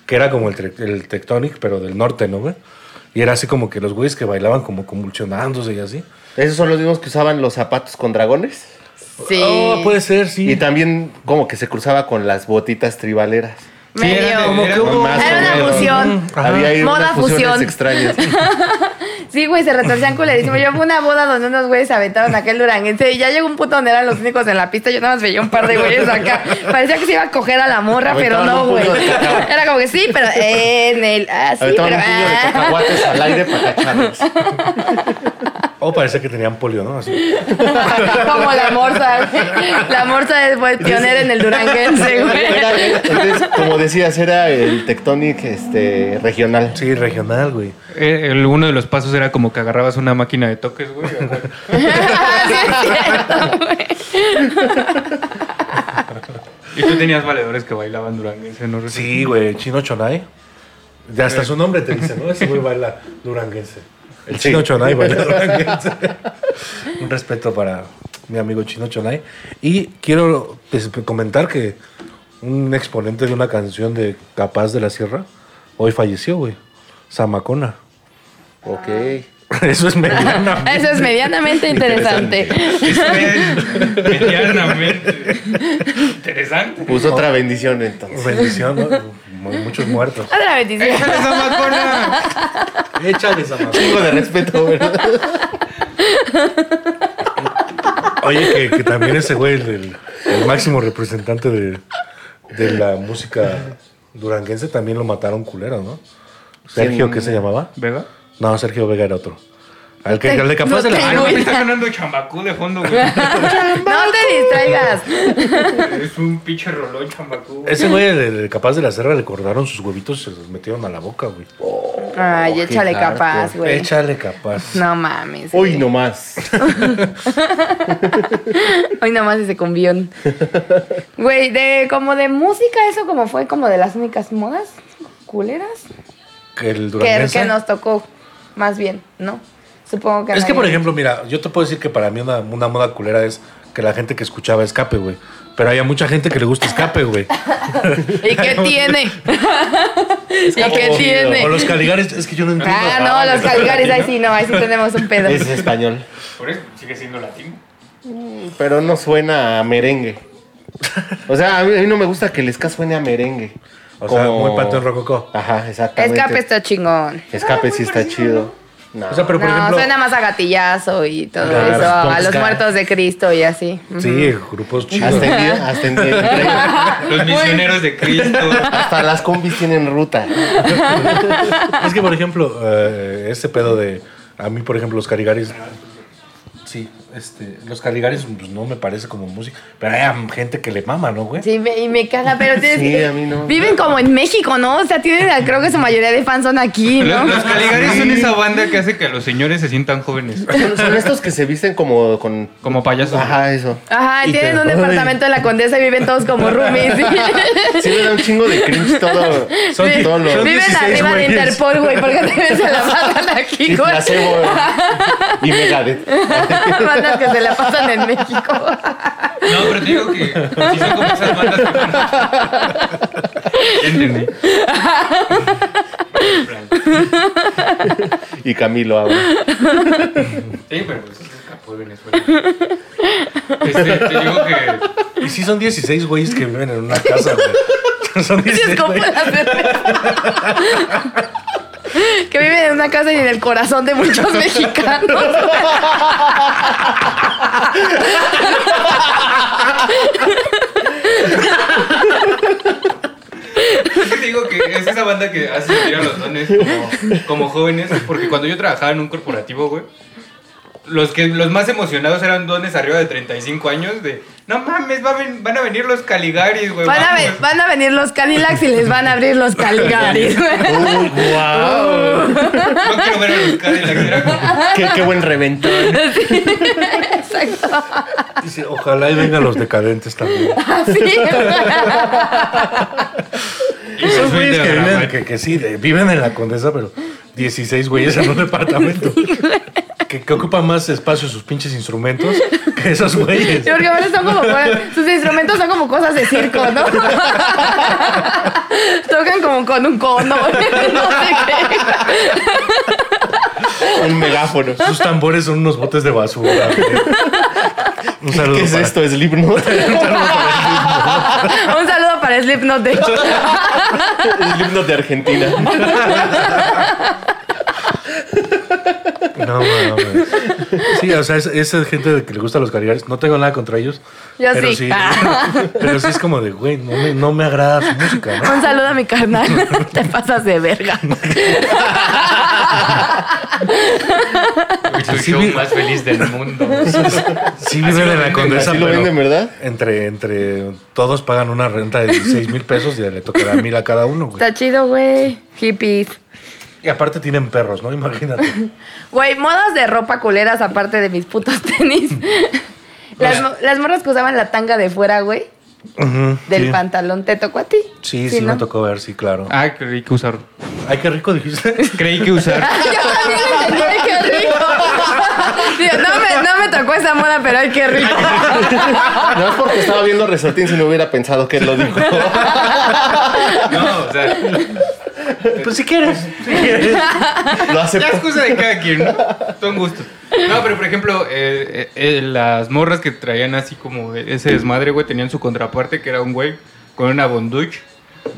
S4: Que era como el, tre- el tectonic, pero del norte, ¿no, güey? Y era así como que los güeyes que bailaban como convulsionándose y así.
S5: ¿Esos son los mismos que usaban los zapatos con dragones?
S2: Sí.
S4: Oh, puede ser, sí.
S5: Y también como que se cruzaba con las botitas tribaleras.
S3: Sí, era
S2: Medio.
S3: de- como que
S5: Con
S3: hubo-
S5: más
S2: Era
S5: o
S2: una
S5: menos.
S2: fusión.
S5: Ajá. Había ahí
S2: Moda
S5: unas fusiones
S2: fusión.
S5: extrañas.
S2: Sí, güey, se retorcían culerísimo. Yo fui a una boda donde unos güeyes aventaron aquel duranguense y ya llegó un punto donde eran los únicos en la pista. Yo nada más veía un par de güeyes acá. Parecía que se iba a coger a la morra, pero
S5: Aventaban
S2: no,
S5: un
S2: güey.
S5: puño de cacahuate.
S2: Era como que sí, pero eh, en el. Ah, sí,
S5: Aventaban
S2: pero.
S5: un puño de
S2: ah.
S5: cacahuates al aire para cacharlos.
S4: O Oh, parecía que tenían polio, ¿no? Así.
S2: ah, Como la morsa. güey. La morsa es, fue pionera en el duranguense, güey.
S5: Era- era- entonces, como decías, era el tectonic este, regional.
S4: Sí, regional, güey.
S3: Eh, el- uno de los pasos era como que agarrabas una máquina de toques, güey. ajá. Y tú tenías valedores que bailaban duranguense, ¿no?
S4: Sí, güey, Chino Chonay. Ya hasta su nombre te dice, ¿no? Ese güey baila duranguense. El
S5: Sí.
S4: Chino Chonay baila duranguense. Un respeto para mi amigo Chino Chonay. Y quiero pues, comentar que un exponente de una canción de Capaz de la Sierra hoy falleció, güey. Samacona.
S5: Ok.
S4: Eso es mediana.
S2: Eso es medianamente interesante.
S3: Este, medianamente interesante.
S5: Puso Pues otra bendición entonces.
S4: Bendición, ¿no? Mu- Muchos muertos.
S2: Otra bendición.
S4: Échale, Samacona.
S5: Chingo de respeto, ¿verdad?
S4: Oye, que, que también ese güey, el, el- el máximo representante de, de la música duranguense, también lo mataron culero, ¿no? Sergio, ¿qué se llamaba?
S3: ¿Vega?
S4: No, Sergio Vega era otro. Al que al de capaz de la-
S3: Ah, no, me está sonando chambacú de fondo, güey.
S2: No te distraigas.
S3: Es un pinche rolón chambacú. güey.
S4: Ese güey, el, el capaz de la serra, le cortaron sus huevitos y se los metieron a la boca, güey.
S2: Ay,
S5: qué
S2: échale
S5: hardcore.
S2: capaz, güey.
S4: Échale capaz.
S2: No mames.
S5: Hoy nomás.
S2: Hoy nomás ese cumbión. Güey, de como de música, eso como fue como de las únicas modas culeras
S4: Que el
S2: que,
S4: duranguense.
S2: que nos tocó. Más bien, ¿no? Supongo que. a
S4: Es que,
S2: nadie-
S4: por ejemplo, mira, yo te puedo decir que para mí una, una moda culera es que la gente que escuchaba escape, güey. Pero había mucha gente que le gusta escape, güey.
S2: ¿Y qué tiene? ¿Y qué
S5: como-
S4: O
S2: tiene?
S4: los caligares, es que yo no entiendo.
S2: Ah, no, los Caligares, ahí sí, no, ahí sí tenemos un pedo.
S5: Es español.
S3: Por eso sigue siendo latino.
S5: Pero no suena a merengue. O sea, a mí, a mí no me gusta que el ska suene a merengue.
S4: O sea, muy panteón rococó.
S5: Ajá, exactamente.
S2: Escape está chingón.
S5: Escape sí está chido. No.
S4: O sea, pero
S2: No,
S4: por ejemplo.
S2: suena más a gatillazo y todo
S4: Claro,
S2: eso, a
S4: punk
S2: los
S4: ska.
S2: muertos de Cristo y así.
S4: Sí, grupos chidos.
S5: hasta, en, hasta, en- entre-
S3: Los misioneros de Cristo.
S5: hasta las combis tienen ruta.
S4: Es que, por ejemplo, eh, este pedo de. A mí, por ejemplo, los caligaris. Sí, este, los caligaris pues, no me parece como música. Pero hay gente que le mama, ¿no, güey?
S2: Sí, me- y me caga, pero tienes
S5: Sí,
S2: que-
S5: a mí no.
S2: Viven como en México, ¿no? O sea, tienen, creo que su mayoría de fans son aquí, ¿no?
S3: Los, los caligares son esa banda que hace que los señores se sientan jóvenes.
S5: Son, son estos que se visten como con.
S3: Como payasos.
S5: Ajá, eso.
S2: Ajá,
S5: Y
S2: tienen
S5: te-
S2: un
S5: Ay,
S2: departamento en la Condesa y viven todos como roomies. ¿sí?
S5: Sí, me da un chingo de cringe todo.
S4: Son-
S2: Vi-
S5: todo lo-
S4: son-
S2: viven
S4: 16
S2: arriba de
S4: güeyes.
S2: Interpol, güey, porque también se la pasan aquí,
S5: y
S2: güey.
S5: placebo. Y Megadeth.
S2: Bandas que se la pasan en México.
S3: No, pero te digo que sí son como esas bandas que van- Ya entendí.
S5: Y Camilo ahora.
S3: Sí, pero pues es escapó de Venezuela. Este, te digo que
S4: Y sí, son 16 güeyes que viven en una casa, güey. Son
S2: Sí, es
S4: 16
S2: como
S4: güeyes.
S2: la cerveza. Que viven en una casa y en el corazón de muchos mexicanos.
S3: Es que te digo que es esa banda que hace sentir a los dones como, como jóvenes, porque cuando yo trabajaba en un corporativo, güey, los, que, los más emocionados eran dones arriba de 35 años de, no mames, va a ven- van a venir los Caligaris, güey.
S2: Van a,
S3: vamos".
S2: ve- van a venir los Cadillacs y les van a abrir los Caligaris.
S4: Oh,
S3: No quiero ver a los Cadillacs. Era como,
S5: Qué, qué buen reventón.
S2: Exacto.
S4: Dice, ojalá y vengan los decadentes también.
S2: Así.
S3: y me
S4: Esos
S3: fui
S4: güeyes
S3: de
S4: que
S3: Gramal.
S4: viven, que, que sí, de- viven en la condesa, pero 16 güeyes en un departamento. Que, que ocupan más espacio sus pinches instrumentos que esos güeyes.
S2: Sí, porque ahora son como cosas- sus instrumentos son como cosas de circo, ¿no? Tocan como con un cono, no sé qué.
S5: Un megáfono.
S4: Sus tambores son unos botes de basura. güey. Un saludo.
S5: ¿Qué es
S4: para-
S5: esto? ¿Slipknot?
S2: Un saludo para Slipknot, de hecho.
S5: Slipknot de Argentina.
S4: No, mames. Sí, o sea, es, es gente de que le gusta los caligares. No tengo nada contra ellos.
S2: Yo
S4: pero
S2: sí. Ah.
S4: pero sí es como de, güey, no me, no me agrada su música, ¿no?
S2: Un saludo a mi carnal. Te pasas de verga.
S3: Fue el
S4: Sí,
S3: show
S4: vi-
S3: más feliz del mundo.
S4: Sí, viven
S3: lo
S4: en la
S3: venden,
S4: condesa,
S5: ¿Así lo
S4: pero
S5: venden, verdad?
S4: entre, entre todos pagan una renta de 16 mil pesos y le tocará mil a cada uno, güey.
S2: Está chido, güey. Hippies.
S4: Y aparte tienen perros, ¿no? Imagínate.
S2: Güey, modas de ropa culeras aparte de mis putos tenis. Las, mo- las morras que usaban la tanga de fuera, güey,
S4: Ujú,
S2: del
S4: sí.
S2: pantalón, ¿te tocó a ti?
S4: Sí, sí,
S2: ¿no?
S4: me tocó ver, sí, claro.
S3: Ah, creí que usar.
S4: Ay, qué rico dijiste.
S3: Creí que usar.
S2: Yo también le entendí, qué rico. Digo, no, me, no me tocó esa moda, pero ay, qué rico.
S5: No es porque estaba viendo Resortín si no hubiera pensado que él lo dijo.
S3: No, o sea,
S4: Pues si quieres. Si quieres.
S5: Lo
S3: la
S5: acepto.
S3: excusa de cada quien, ¿no? Son gustos. No, pero por ejemplo, eh, eh, eh, las morras que traían así como ese desmadre, güey, tenían su contraparte, que era un güey con una bonduch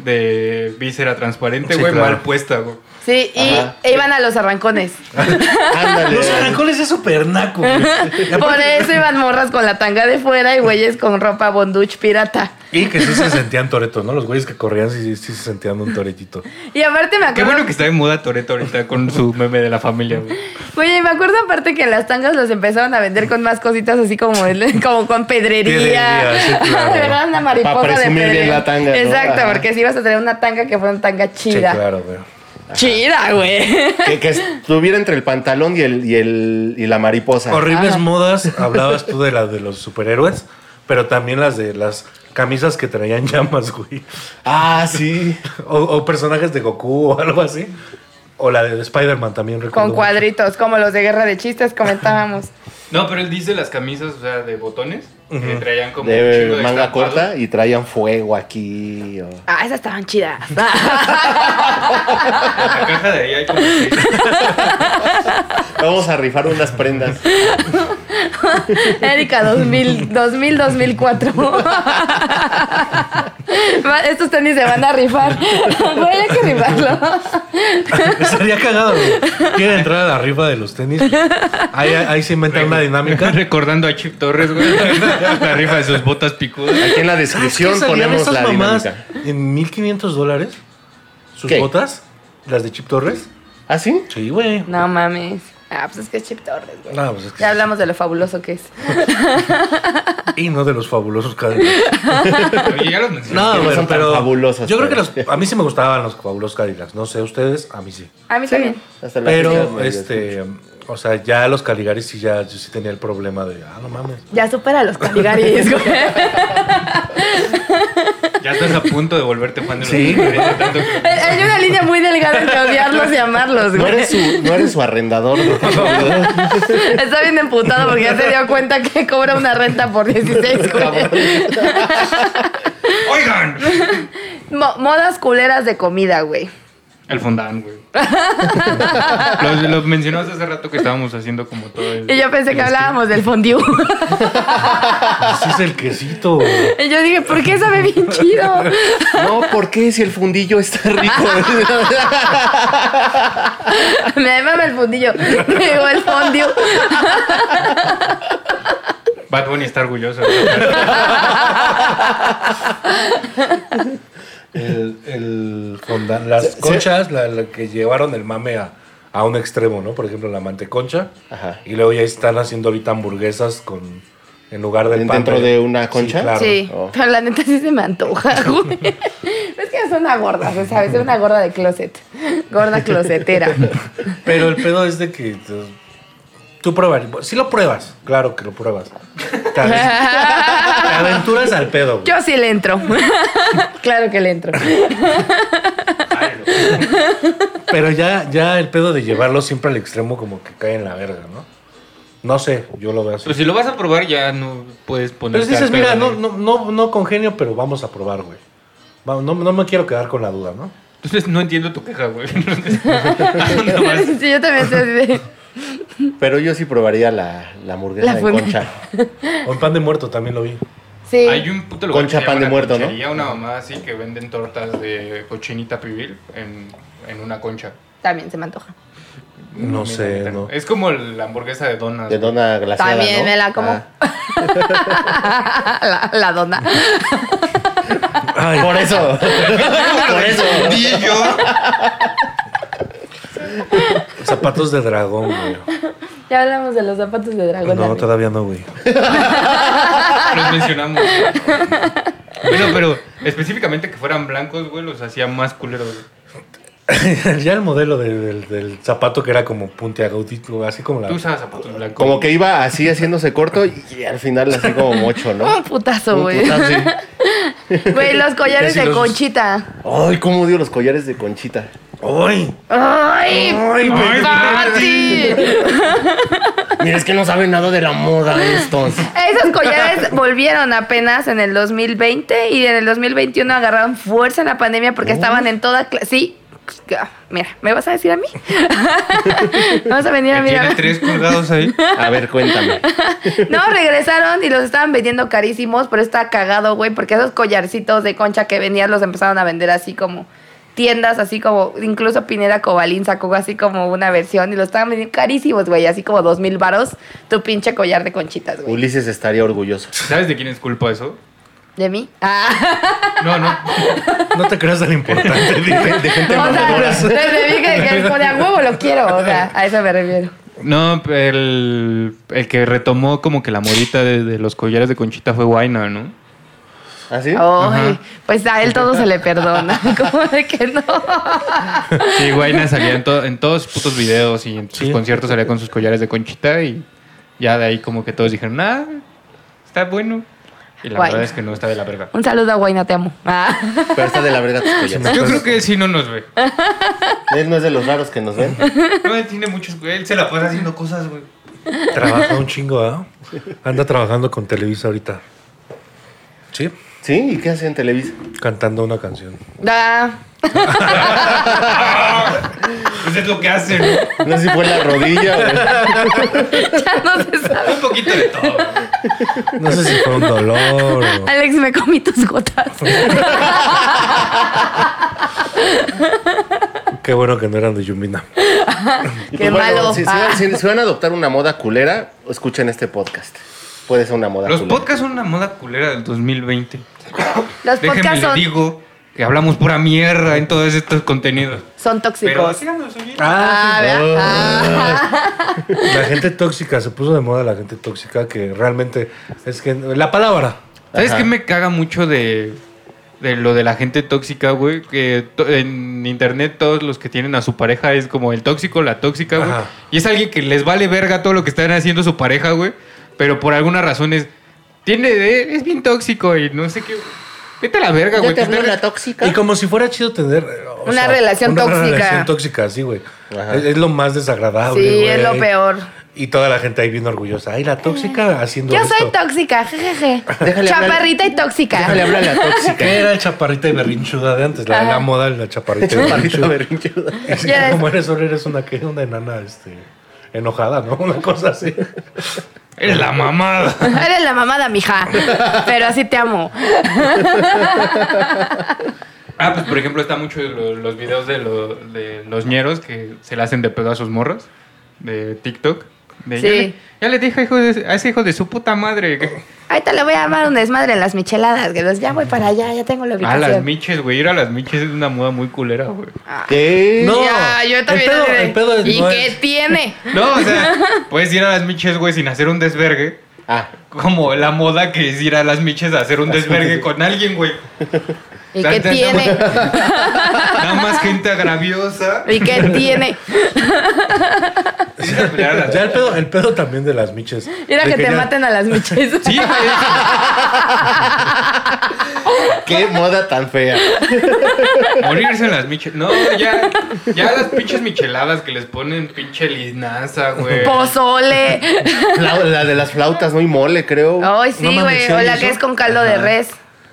S3: de víscera transparente,
S4: Sí,
S3: güey,
S4: claro.
S3: mal puesta, güey.
S2: Sí, y
S5: Ajá.
S2: e iban a los arrancones.
S5: Ándale.
S4: Los caracoles es súper naco, güey. Y
S2: Por
S4: aparte-
S2: eso iban morras con la tanga de fuera y güeyes con ropa bonduch pirata.
S4: Y que sí se sentían toretos, ¿no? Los güeyes que corrían sí, sí se sentían un toretito.
S2: Y aparte me
S3: Qué
S2: acuerdo.
S3: bueno que está de moda Toreto ahorita con su meme de la familia, güey.
S2: Oye, me acuerdo aparte que las tangas las empezaron a vender con más cositas así como, como con pedrería.
S4: Pedrería, sí, claro.
S2: Era una mariposa
S5: Para presumir
S2: de
S5: bien
S2: pedrería.
S5: la tanga, ¿no?
S2: Exacto,
S5: Ajá.
S2: porque si ibas a tener una tanga que fuera una tanga
S4: Sí,
S2: chida.
S4: claro, güey.
S2: Chida, güey.
S5: Que, que estuviera entre el pantalón y, el, y, el, y la mariposa.
S4: Horribles modas, hablabas tú de las de los superhéroes, pero también las de las camisas que traían llamas, güey.
S5: Ah, sí.
S4: O, o personajes de Goku o algo así. O la de Spider-Man también recuerdo.
S2: Con cuadritos, como los de guerra de chistes comentábamos.
S3: No, pero él dice las camisas, o sea, de botones, que traían como un chingo
S5: De
S3: de
S5: manga
S3: estampados.
S5: corta y traían fuego aquí. o-
S2: Ah, esas estaban chidas.
S3: En la caja de ahí hay como seis.
S5: Vamos a rifar unas prendas.
S2: Erika 2000, 2000, 2004. Va, Estos tenis se van a rifar. Güey, hay que rifarlo.
S4: Estaría cagado, güey. Quiere entrar a la rifa de los tenis. Ahí, ahí se inventa una dinámica.
S3: Recordando a Chip Torres, güey. La rifa de sus botas picudas.
S5: Aquí en la
S4: ¿Qué
S5: descripción
S4: Ah, salían
S5: ponemos
S4: estas
S5: la
S4: mamás
S5: dinámica.
S4: en 1500 dólares? ¿Sus
S5: ¿Qué?
S4: botas? ¿Las de Chip Torres?
S5: ¿Ah, sí?
S4: Sí, güey.
S2: No mames. Ah, pues es que es Chip Torres, güey.
S4: No, pues es que
S2: Ya hablamos de lo fabuloso que es.
S4: Y no de los fabulosos cadenas.
S3: Oye, ya lo mencioné.
S4: No,
S5: que no
S4: bueno,
S5: son tan
S4: pero
S5: fabulosos,
S4: Yo creo que
S5: pero-
S4: los, a mí sí me gustaban los fabulosos Cadillacs. No sé ustedes, a mí sí.
S2: A mí también.
S5: Hasta la fecha,
S4: Pero,
S5: medio-
S4: este, o sea, ya los Caligaris sí ya yo sí tenía el problema de, ah, no mames.
S2: Ya supera a los caligaris, güey.
S3: Ya estás a punto de volverte fan de los
S4: Sí.
S3: Caligaris, tanto que-
S2: Hay una línea muy delgada entre odiarlos y amarlos,
S5: No
S2: güey.
S5: eres, su, no eres su arrendador. ¿no?
S2: Está bien emputado porque ya se dio cuenta que cobra una renta por 16, güey.
S3: ¡Oigan!
S2: Mo- modas culeras de comida, güey.
S3: El fondant, güey. Lo, lo mencionabas hace rato que estábamos haciendo como todo el...
S2: Y yo pensé
S3: el
S2: que hablábamos del fondue.
S4: Así pues es el quesito. güey.
S2: Y yo dije, ¿por qué sabe bien chido?
S5: No, ¿por qué si el fundillo está rico?
S2: Me mama el fundillo. Digo, el fondue.
S3: estilo. Bad Bunny está orgulloso. güey.
S4: El, el fondant, las conchas, la, la que llevaron el mame a, a un extremo, ¿no? Por ejemplo, la manteconcha.
S5: Ajá.
S4: Y luego ya están haciendo ahorita hamburguesas con en lugar del pan.
S5: ¿Dentro
S4: pero-
S5: de una concha?
S4: Sí, claro.
S2: Sí,
S5: Oh.
S2: pero la neta sí se me antoja, güey. Es que es una gorda, o sea, ¿sabes? Es una gorda de closet. Gorda closetera.
S4: Pero el pedo es de que tú, tú pruebas. Si lo pruebas, claro que lo pruebas. Te, aven- te aventuras al pedo. güey.
S2: Yo sí le entro. Claro que le entro.
S4: Pero ya, ya el pedo de llevarlo siempre al extremo como que cae en la verga, ¿no? No sé, yo lo veo así.
S3: Pero si lo vas a probar, ya no puedes poner.
S4: Pero dices, mira, no, no, no, no congenio, pero vamos a probar, güey. Va- No, no me quiero quedar con la duda, ¿no?
S3: Entonces no entiendo tu queja, güey. Nada más.
S2: Sí, yo también estoy así de-
S5: Pero yo sí probaría la, la hamburguesa
S2: La
S5: en
S2: fuente.
S5: concha.
S4: O en pan de muerto también lo vi.
S2: Sí.
S3: Hay un puto lugar
S5: Concha
S3: que se
S5: pan
S3: llama La
S5: de muerto, ¿no?
S3: Conchería, una mamá así que venden tortas de cochinita pibil en, en una concha.
S2: También se me antoja.
S4: No
S3: Mira, Eh,
S4: sé,
S3: neta,
S4: no.
S3: Es como la hamburguesa de donas.
S5: De dona glaseada,
S2: También
S5: ¿no?
S2: me la como.
S5: Ah.
S2: La, la dona.
S5: Por eso. Por eso.
S3: Y yo.
S4: Zapatos de dragón, güey.
S2: Ya hablamos de los zapatos de dragón.
S4: No,
S2: también.
S4: todavía no, güey.
S3: Los mencionamos. Bueno, pero específicamente que fueran blancos, güey, los hacía más culeros. güey.
S4: ya el modelo de- del, del zapato que era como puntiagudito, así como la.
S3: Tú usabas zapatos blancos.
S5: Como que iba así haciéndose corto y, y al final así como mocho, ¿no?
S2: Un Oh, putazo, güey.
S5: Un putazo, sí.
S2: Güey, los collares
S4: Que si
S2: de
S4: los-
S2: conchita.
S5: Ay, cómo odio los collares de conchita.
S4: ¡Ay!
S2: ¡Ay!
S4: ¡Ay, güey!
S2: ¡Pati!
S5: Mira, es que no saben nada de la moda estos.
S2: Esos collares volvieron apenas en el 2020 y en el 2021 agarraron fuerza en la pandemia porque estaban en toda clase. Sí. Ah, Mira, ¿me vas a decir a mí? ¿Me vas a venir
S3: Que
S2: a mí?
S3: tiene tres colgados ahí.
S5: A ver, cuéntame.
S2: No, regresaron y los estaban vendiendo carísimos, pero está cagado, güey, porque esos collarcitos de concha que venían los empezaron a vender así como tiendas, así como, incluso Pineda Cobalín sacó así como una versión y los estaban vendiendo carísimos, güey, así como dos mil varos, tu pinche collar de conchitas, güey.
S5: Ulises estaría orgulloso.
S3: ¿Sabes de quién es culpa eso?
S2: ¿De mí? Ah.
S3: No, no.
S4: No te creas tan importante, dije.
S2: O sea, desde vi que, que como de a huevo lo quiero, o sea, a eso me refiero.
S3: No, el, el que retomó como que la modita de, de los collares de conchita fue Waina, ¿no?
S5: ¿Ah, sí?
S2: Ay, pues a él todo se le perdona. ¿Cómo de que no?
S3: Sí, Guayna salía en, to- en todos sus putos videos y en sus
S4: Sí.
S3: conciertos salía con sus collares de conchita y ya de ahí como que todos dijeron, ah, está bueno. Y la
S2: Guayna.
S3: verdad es que no está de la verga.
S2: Un saludo a Guayna, te amo. Ah.
S5: Pero está de la verga tus collares.
S3: Yo creo que sí no nos ve.
S5: Él no es de los raros que nos ven.
S3: No, él tiene muchos, güey. Él se la pasa haciendo cosas, güey.
S4: Trabaja un chingo, ¿ah? Anda trabajando con Televisa ahorita. Sí,
S5: ¿Sí? ¿Y qué hace en Televisa?
S4: cantando una canción.
S2: Ah.
S3: Pues es lo que hace, ¿no?
S5: No sé si fue en la rodilla
S2: Ya no se sabe.
S3: Un poquito de todo. güey.
S4: No sé si fue un dolor o-
S2: Alex, me comí tus gotas.
S4: Qué bueno que no eran de Yumina.
S5: o... Y pues
S2: Qué malo.
S5: Si, si-
S2: Ah.
S5: si- si van a adoptar una moda culera, escuchen este podcast. Puede ser una moda
S3: Los
S5: culera.
S3: podcasts son una moda culera del 2020.
S2: Los
S3: Déjenme
S2: podcasts
S3: les
S2: son,
S3: digo que hablamos pura mierda en todos estos contenidos.
S2: son
S3: Pero
S2: tóxicos.
S3: síganos oyendo.
S2: Ah,
S4: Ah, sí.
S2: ¿verdad? Ah.
S4: La gente tóxica, se puso de moda la gente tóxica que realmente es que la palabra.
S3: ¿Sabes
S5: Ajá.
S3: qué me caga mucho de, de lo de la gente tóxica, güey? Que to- en internet todos los que tienen a su pareja es como el tóxico, la tóxica, güey.
S4: Ajá.
S3: Y es alguien que les vale verga todo lo que están haciendo su pareja, güey. Pero por alguna razón es... Tiene de- es bien tóxico y no sé qué... Vete a la verga, güey.
S5: Yo te
S3: tú
S5: hablo
S3: estás-
S5: la tóxica.
S4: Y como si fuera chido tener eh, o
S2: Una relación
S4: una
S2: tóxica.
S4: relación tóxica, sí, güey.
S5: Ajá.
S4: Es, es lo más desagradable.
S2: Sí, es
S4: Ah, güey.
S2: lo peor.
S4: Y toda la gente ahí bien orgullosa. Ay, la tóxica haciendo
S2: Yo
S4: esto.
S2: soy tóxica, jejeje.
S5: Déjale hablar.
S2: Chaparrita y tóxica.
S5: Déjale hablar a la tóxica.
S4: Que era chaparrita y berrinchuda de antes. La,
S2: Ajá.
S4: la moda la
S5: Este
S4: chaparrita y
S5: Chaparrita
S4: berrinchuda.
S5: berrinchuda.
S4: Así
S2: Ya
S4: que
S2: es-
S4: como eres solo eres una que una enana este, enojada, ¿no? Una cosa así.
S3: Eres la mamada.
S2: Eres la mamada, mija. Pero así te amo.
S3: Ah, pues por ejemplo está mucho lo- los videos de, lo- de los ñeros que se le hacen de pedo a sus morros de TikTok. De,
S2: Sí.
S3: ya, le, ya le dije hijo de- a ese hijo de su puta madre. que-
S2: Ahorita le voy a armar un desmadre en las micheladas, que los- ya voy para allá, ya tengo la
S3: A
S2: ubicación.
S3: las miches, güey. Ir a las miches es una moda muy culera, güey.
S5: ¿Qué?
S4: No.
S2: Ya, yo
S4: el
S2: también.
S4: pedo-
S2: así de,
S4: el pedo es-
S2: ¿Y
S4: no
S2: qué
S4: es-
S2: tiene?
S3: No, o sea, puedes ir a las miches, güey, sin hacer un desvergue.
S5: Ah,
S3: Como la moda que es ir a las miches a hacer un desvergue con alguien, güey.
S2: ¿Y
S3: Tan,
S2: qué
S3: tan,
S2: tiene?
S3: Nada más gente agraviosa.
S2: ¿Y qué tiene?
S3: Ir a pelear a las-
S4: Ya el pedo, el pedo también de las miches.
S2: Mira
S4: De
S2: que te
S4: ya-
S2: maten a las miches.
S3: Sí, güey.
S5: qué moda tan fea.
S3: Morirse en las miches. No, ya, ya las pinches micheladas que les ponen pinche linaza, güey.
S2: Pozole.
S5: La, la de las flautas, no hay mole, creo.
S2: Ay,
S4: No
S2: sí,
S4: mames,
S2: güey.
S4: ¿sí
S2: o
S4: hay
S2: la que
S4: eso?
S2: es con caldo de
S4: Ajá.
S2: res.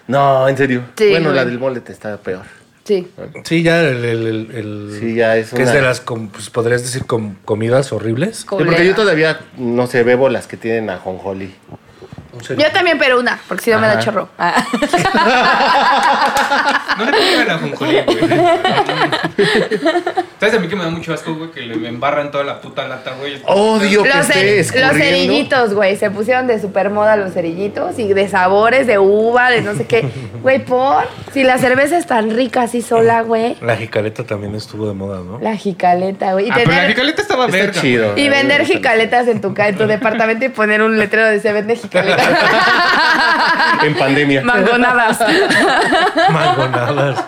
S5: No, en serio.
S2: Sí,
S5: bueno,
S2: güey.
S5: la del mole te está peor.
S2: Sí.
S4: Sí, ya el. el- el- el-
S5: Sí, ya es
S4: Que
S5: una-
S4: es de las, com- pues, podrías decir, com- comidas horribles.
S5: Sí, porque yo todavía no sé, bebo las que tienen ajonjolí.
S2: Yo también, pero una, porque si no me da
S5: Ajá.
S2: chorro. Ah.
S3: No le pongan a Jonjolí, güey. ¿Sabes a mí que me da mucho asco, güey? Que le embarran toda la puta lata, güey.
S5: Odio que
S2: Los,
S5: esté
S2: ceri- los
S5: escurriendo.
S2: cerillitos, güey. Se pusieron de supermoda los cerillitos y de sabores, de uva, de no sé qué. Güey, por. Si la cerveza es tan rica así sola, güey.
S4: La jicaleta también estuvo de moda, ¿no?
S2: La jicaleta, güey. Y
S3: Ah, pero la
S2: tener-
S3: jicaleta estaba
S5: Está
S3: verga.
S5: chido.
S3: güey.
S2: Y vender jicaletas en tu, ca- en tu departamento y poner un letrero de se vende jicaleta.
S5: En pandemia.
S2: Mangonadas.
S4: Mangonadas.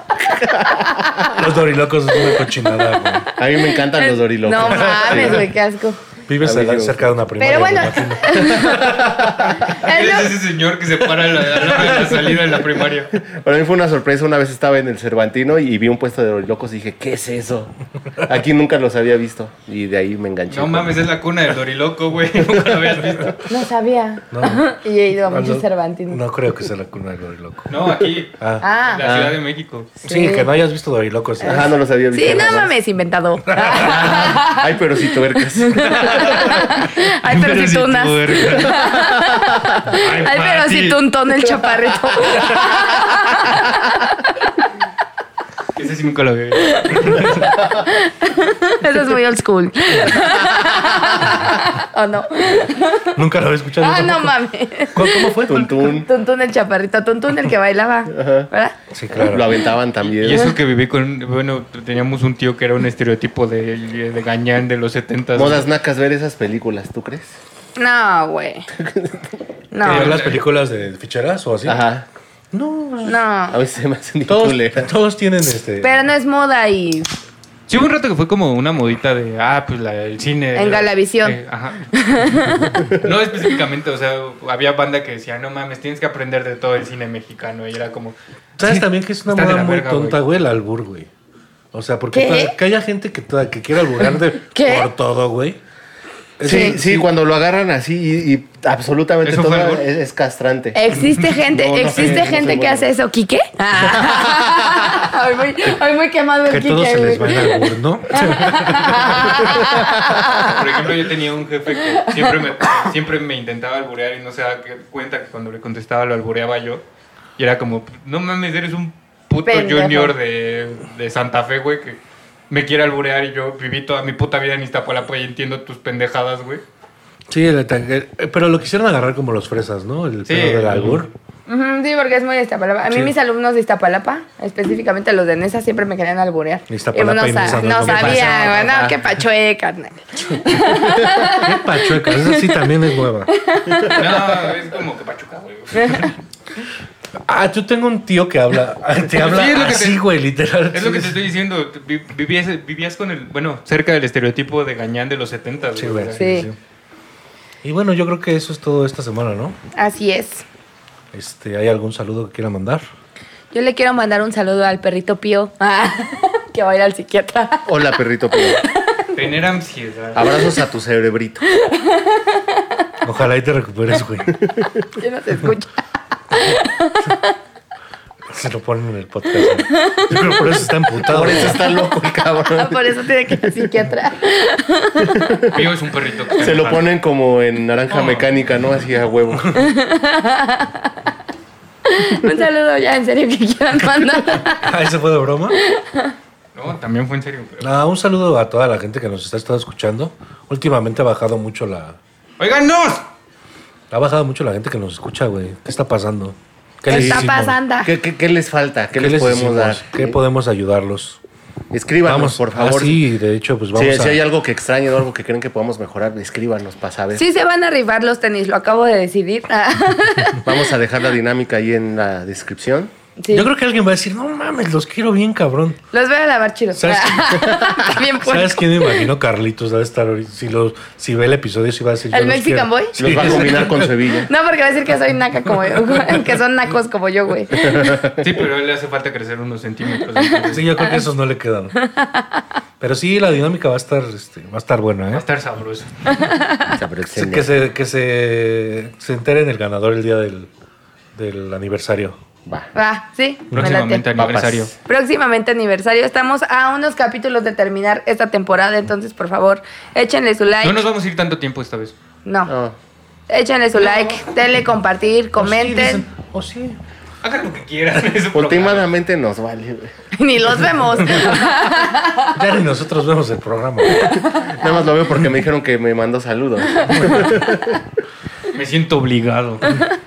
S4: Los dorilocos es una cochinada, güey.
S5: A mí me encantan los dorilocos.
S2: No mames,
S5: Sí.
S2: güey, qué asco.
S4: Vives
S5: A mí
S4: allá
S5: me gusta.
S4: cerca de una primaria.
S2: Pero bueno.
S4: me imagino.
S2: Es
S3: Eres
S2: lo-
S3: ese señor que se para a la, a la hora de la salida de la primaria.
S5: Para mí fue una sorpresa. Una vez estaba en el Cervantino y vi un puesto de dorilocos y dije, ¿qué es eso? Aquí nunca los había visto. Y de ahí me enganché.
S3: No mames, es la cuna del Doriloco, güey. Nunca lo habías visto.
S2: No sabía.
S4: No.
S2: Y he ido a
S4: No,
S2: muchos
S4: Ah, no-
S2: Cervantinos.
S4: No creo que sea la cuna del doriloco.
S3: No, aquí.
S4: Ah.
S3: En
S2: Ah.
S3: la Ciudad de México.
S4: Sí, que no hayas visto dorilocos. ¿eh?
S5: Ajá, no los había visto.
S2: Sí, no
S5: jamás.
S2: mames, inventado.
S5: Ay, pero si tuercas.
S2: Ay, pero si tú unas.
S3: Ay,
S2: Ay, pero si tú un tono el chaparrito.
S3: Ese sí nunca lo había visto.
S2: Eso es muy old school. ¿O no?
S4: Nunca lo había escuchado. yo
S2: Ah, no
S4: tampoco.
S2: mames.
S4: ¿Cómo, cómo fue?
S5: Tuntún.
S2: Tuntún el chaparrito, Tuntún el que bailaba. ¿Verdad?
S4: Sí, claro.
S5: Lo aventaban
S3: Y
S5: también.
S3: eso que viví con. Bueno, teníamos un tío que era un estereotipo de, de gañán de los 70.
S5: Modas nacas ver esas películas, ¿tú crees?
S2: No, güey.
S4: ¿Y ver
S2: No,
S4: las películas de ficheras o así?
S5: Ajá.
S4: No.
S5: A
S2: no.
S5: veces se me hacen
S4: Todos,
S5: culeras.
S4: todos tienen este.
S2: Pero no es moda y
S3: Sí, hubo un rato que fue como una modita de, ah, pues la, el cine.
S2: En
S3: la-
S2: Galavisión.
S3: eh, ajá. no específicamente, o sea, había banda que decía, no mames, tienes que aprender de todo el cine mexicano. Y era como,
S4: ¿Sabes también que es una
S3: Está de
S4: moda
S3: la
S4: muy
S3: verga,
S4: tonta, güey? El albur, güey. O sea, porque
S2: ¿Qué?
S4: toda- que haya gente que, toda- que quiera alburar de
S2: ¿Qué?
S4: por todo, güey. Es
S5: Sí,
S4: un-
S5: sí, cuando lo agarran así y, y absolutamente
S3: ¿Eso
S5: todo
S3: fue
S5: es,
S3: algo?
S5: es castrante.
S2: existe gente,
S5: No, no
S2: existe
S5: sé, no sé,
S2: gente que
S5: bueno.
S2: hace eso, ¿Quique? Ah. hoy, muy, hoy muy quemado el
S4: que todo se
S2: Quique.
S4: les va
S2: güey.
S4: el albur, ¿no?
S2: Ah.
S3: por ejemplo, yo tenía un jefe que siempre me, siempre me intentaba alburear y no se daba cuenta que cuando le contestaba lo albureaba yo. Y era como, no mames, eres un puto
S2: Pendejo.
S3: junior de, de Santa Fe, güey, que me quiere alburear y yo viví toda mi puta vida en Iztapalapa y entiendo tus pendejadas, güey.
S4: Sí, el ataque- eh, pero lo quisieron agarrar como los fresas, ¿no? El
S3: Sí,
S4: pedo del
S3: el
S4: albur.
S3: albur.
S2: Ujú, Sí, porque es muy de Iztapalapa. A mí
S4: Sí.
S2: mis alumnos de Iztapalapa, específicamente los de Nesa, siempre me querían alburear.
S4: Iztapalapa
S2: no,
S4: y Nesa,
S2: sa-
S4: ¿no?
S2: no
S4: ¿Qué pasó,
S2: sabía, güey,
S5: papá?
S2: no, qué pachué, carnal.
S4: Qué pachueca, esa sí también es nueva.
S3: No, es como que Pachuca, güey.
S4: Ah, yo tengo un tío que habla, te habla
S3: Sí, es lo que
S4: así,
S3: te-
S4: güey, literal.
S3: Es lo que
S4: Sí,
S3: te estoy diciendo. vi- Vivías, vivías con el, bueno, cerca del estereotipo de gañán de los 70, güey.
S4: Sí, güey.
S2: Sí,
S4: Y bueno, yo creo que eso es todo esta semana, ¿no?
S2: así es.
S4: Este, ¿hay algún saludo que quiera mandar?
S2: Yo le quiero mandar un saludo al perrito Pío, ah, que va a ir al psiquiatra.
S5: Hola, perrito. Pío.
S3: Tener ansiedad.
S5: Abrazos a tu cerebrito.
S4: Ojalá y te recuperes, güey.
S2: Ya no se escucha.
S4: Se lo ponen en el podcast. ¿no? Yo creo por eso está emputado.
S5: Por
S4: güey.
S5: eso está loco el cabrón.
S2: Por eso tiene que ir al psiquiatra.
S3: Pío es un perrito. que
S5: Se lo
S3: enferma.
S5: ponen como en naranja mecánica, ¿no? Así a huevo.
S2: Un saludo ya, en serio, que quieran mandar.
S4: Ah, ¿Eso fue de broma?
S3: No, también fue en serio. pero-
S4: Nada, un saludo a toda la gente que nos está, estado escuchando. Últimamente ha bajado mucho la.
S3: ¡Oiganos!
S4: Ha bajado mucho la gente que nos escucha, güey. ¿Qué está pasando?
S2: ¿Qué
S4: les
S2: está
S4: hicimos?
S2: pasando?
S5: ¿Qué, qué, qué les falta? ¿Qué,
S4: ¿Qué,
S5: les,
S4: les
S5: podemos
S4: hicimos?
S5: dar?
S4: ¿Qué podemos ayudarlos?
S5: Escríbanos,
S4: Vamos,
S5: por
S4: ah,
S5: favor.
S4: sí, de hecho, pues
S5: Si-
S4: vamos
S5: si,
S4: a.
S5: hay algo que extrañen o algo que creen que podamos mejorar, escríbanos para saber.
S2: Sí se van a rifar los tenis, lo acabo de decidir. Ah,
S5: Vamos a dejar la dinámica ahí en la descripción.
S2: Sí.
S4: Yo creo que alguien va a decir, no mames, los quiero bien, cabrón.
S2: Los voy a lavar chidos.
S4: ¿Sabes
S2: Bien
S4: ¿Sabes
S2: puerco.
S4: quién me imagino? Carlitos debe estar ahorita. Si, lo, si ve el episodio, si va a decir.
S2: ¿El
S4: yo los
S2: Mexican Boy?
S4: quiero. Sí.
S5: Los va a combinar con Sevilla.
S2: No, porque va a decir que soy naca como yo, que son nacos como yo, güey.
S3: Sí, pero le hace falta crecer unos centímetros. entonces
S4: Sí, yo
S2: Ah.
S4: creo que esos no le quedan. Pero sí, la dinámica va a estar, este, va a estar buena,
S3: Va a
S4: ¿eh?
S3: estar sabroso.
S4: Sí, que se, que se, se enteren el ganador el día del, del aniversario.
S5: Va.
S2: Va, sí, me
S3: Próximamente
S2: late.
S3: aniversario.
S5: Papas.
S2: Próximamente aniversario. Estamos a unos capítulos de terminar esta temporada, entonces por favor, échenle su like.
S3: No nos vamos a ir tanto tiempo esta vez.
S2: No,
S5: No.
S2: échenle su like, denle compartir, comenten.
S4: O sí.
S3: Hagan lo que quieran. es un programa.
S5: Últimamente nos vale. güey.
S2: Ni los vemos.
S4: Ya ni nosotros vemos el programa.
S5: Nada más lo veo porque me dijeron que me mandó saludos.
S3: Me siento obligado.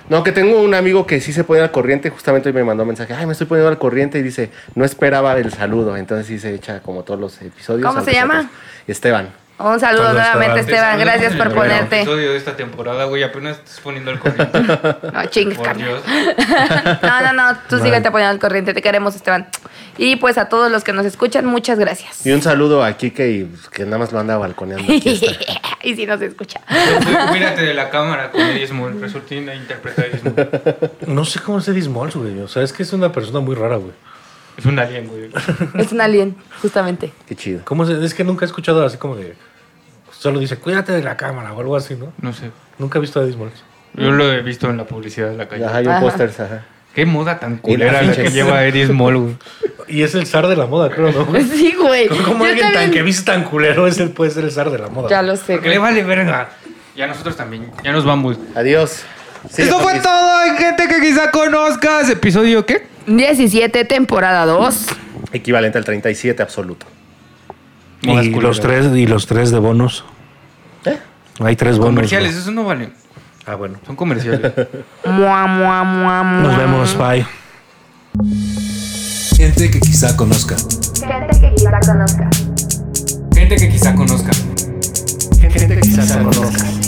S5: No, que tengo un amigo que sí se pone al corriente. Justamente hoy me mandó un mensaje. Ay, me estoy poniendo al corriente. Y dice, no esperaba el saludo. Entonces sí se echa como todos los episodios.
S2: ¿Cómo se
S5: aunque sea
S2: llama?
S5: tres. Esteban.
S2: Un saludo
S4: Saludos,
S2: nuevamente, Esteban.
S4: Esteban.
S2: Gracias por
S3: Bueno,
S2: ponerte.
S3: episodio de esta temporada, güey. Apenas estás poniendo el corriente.
S2: No, chingues,
S3: Por
S2: carnal.
S3: Dios.
S2: No, no, no, tú síguete poniendo al corriente. Te queremos, Esteban. Y pues a todos los que nos escuchan, muchas gracias.
S5: Y un saludo a Kike y pues, que nada más lo anda balconeando. Aquí está.
S2: y si nos escucha.
S3: Tú Cuídate de la cámara con Eddie Small. Resultina interpreta a Eddie Small.
S4: No sé cómo es Eddie Smalls, güey. O sea, es que es una persona muy rara, güey.
S3: Es un alien, güey.
S2: Es un alien, justamente.
S5: Qué chido.
S4: ¿Cómo se- es que nunca he escuchado así como de. Solo dice, cuídate de la cámara o algo así, ¿no?
S3: No sé.
S4: Nunca he visto a Eddie Smalls.
S3: Yo lo he visto en la publicidad de la calle.
S5: Ajá, hay un
S2: Ajá.
S5: póster. ajá.
S3: Qué moda tan
S5: Y las
S3: culera la que
S5: pinches.
S3: lleva Eddie Small, güey.
S4: Y es el zar de la moda, creo, ¿no? güey?
S2: Sí, güey.
S4: ¿Cómo
S2: Yo
S4: alguien tan
S2: también-
S4: que viste tan culero es el, puede ser el zar de la moda?
S2: Ya lo sé.
S3: Porque le vale verga. Y a nosotros también. Ya nos vamos.
S5: Adiós. Sí,
S3: Eso fue
S5: Luis.
S3: todo, hay gente que quizá conozcas. ¿Episodio qué?
S2: 17, temporada 2.
S5: Equivalente al 37 absoluto.
S4: Y los, tres, y los tres de bonos.
S5: ¿Eh?
S4: Hay tres bonos.
S3: Comerciales,
S4: güey.
S3: eso no vale.
S4: Ah, bueno.
S3: Son comerciales.
S2: Mua, mua, mua, mua.
S4: Nos vemos, bye. Gente que quizá conozca.
S2: Gente que quizá conozca.
S3: gente que quizá conozcas.
S5: Gente que quizás no conozca.